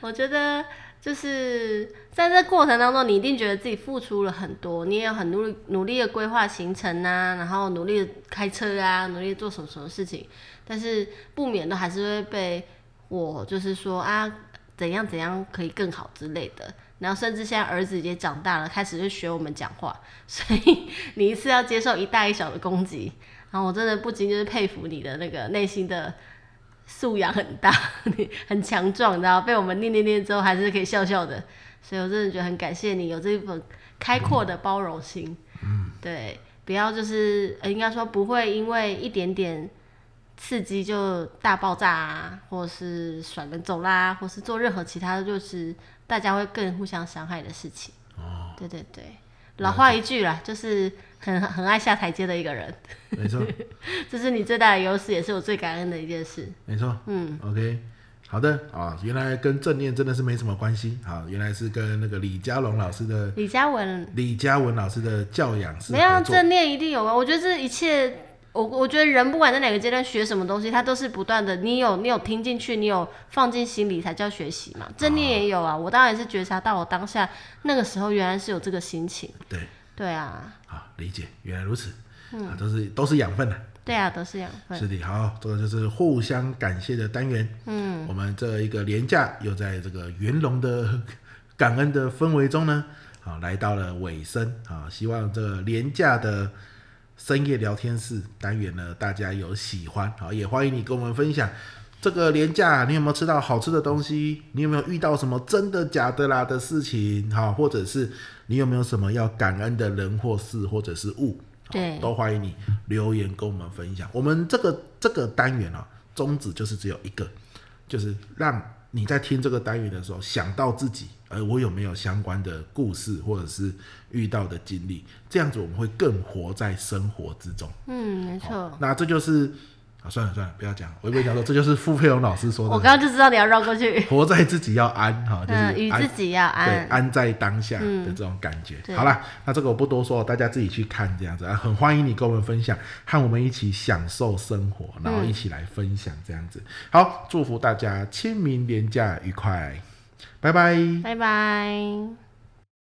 B: 我觉得就是在这过程当中，你一定觉得自己付出了很多，你也很努力努力的规划行程啊，然后努力的开车啊，努力地做什么什么事情，但是不免都还是会被我就是说啊，怎样怎样可以更好之类的。然后甚至现在儿子也长大了，开始就学我们讲话，所以你一次要接受一大一小的攻击。然后我真的不禁就是佩服你的那个内心的素养很大， (laughs) 你很强壮，你知道被我们念念念之后还是可以笑笑的。所以我真的觉得很感谢你有这一份开阔的包容心。嗯，对，不要就是呃应该说不会因为一点点刺激就大爆炸啊，或是甩门走啦，或是做任何其他就是大家会更互相伤害的事情。哦，对对对，老话一句啦，就是很 (laughs) 很爱下台阶的一个人，
A: 没错，
B: 这是你最大的优势，也是我最感恩的一件事。
A: 没错，嗯，OK，好的啊，原来跟正念真的是没什么关系啊，原来是跟那个李佳龙老师的
B: 李嘉文
A: 李佳文老师的教养是
B: 没有啊
A: 合作，
B: 正念一定有关，我觉得这一切，我我觉得人不管在哪个阶段学什么东西，他都是不断的，你有你有听进去，你有放进心里才叫学习嘛。正念也有啊，我当然是觉察到我当下那个时候原来是有这个心情，
A: 对，
B: 对啊，
A: 好理解，原来如此，啊，都是都是养分的、
B: 对啊，都是养分。
A: 是的，好，这个就是互相感谢的单元。嗯，我们这一个廉价又在这个元龙的感恩的氛围中呢，啊，来到了尾声啊。希望这个廉价的深夜聊天室单元呢，大家有喜欢啊，也欢迎你跟我们分享。这个廉价，你有没有吃到好吃的东西？你有没有遇到什么真的假的啦的事情？哈，或者是你有没有什么要感恩的人或事或者是物？
B: 对
A: 都欢迎你留言跟我们分享。我们这个这个单元啊，宗旨就是只有一个，就是让你在听这个单元的时候，想到自己，呃，我有没有相关的故事或者是遇到的经历？这样子我们会更活在生活之中。
C: 嗯，没错。
A: 那这就是啊，算了算了，不要讲了，我以为讲说这就是傅佩荣老师说
C: 我
A: 的，
C: 刚刚就知道你要绕过去。
A: 活在自己要安哈，就是
C: 嗯，与
A: 安
C: 自己要
A: 对，
C: 安。嗯
A: 安在当下的这种感觉。
C: 对
A: 好啦，那这个我不多说，大家自己去看这样子啊，很欢迎你跟我们分享，和我们一起享受生活，然后一起来分享这样子。好，祝福大家清明连假愉快，拜拜。
C: 拜拜。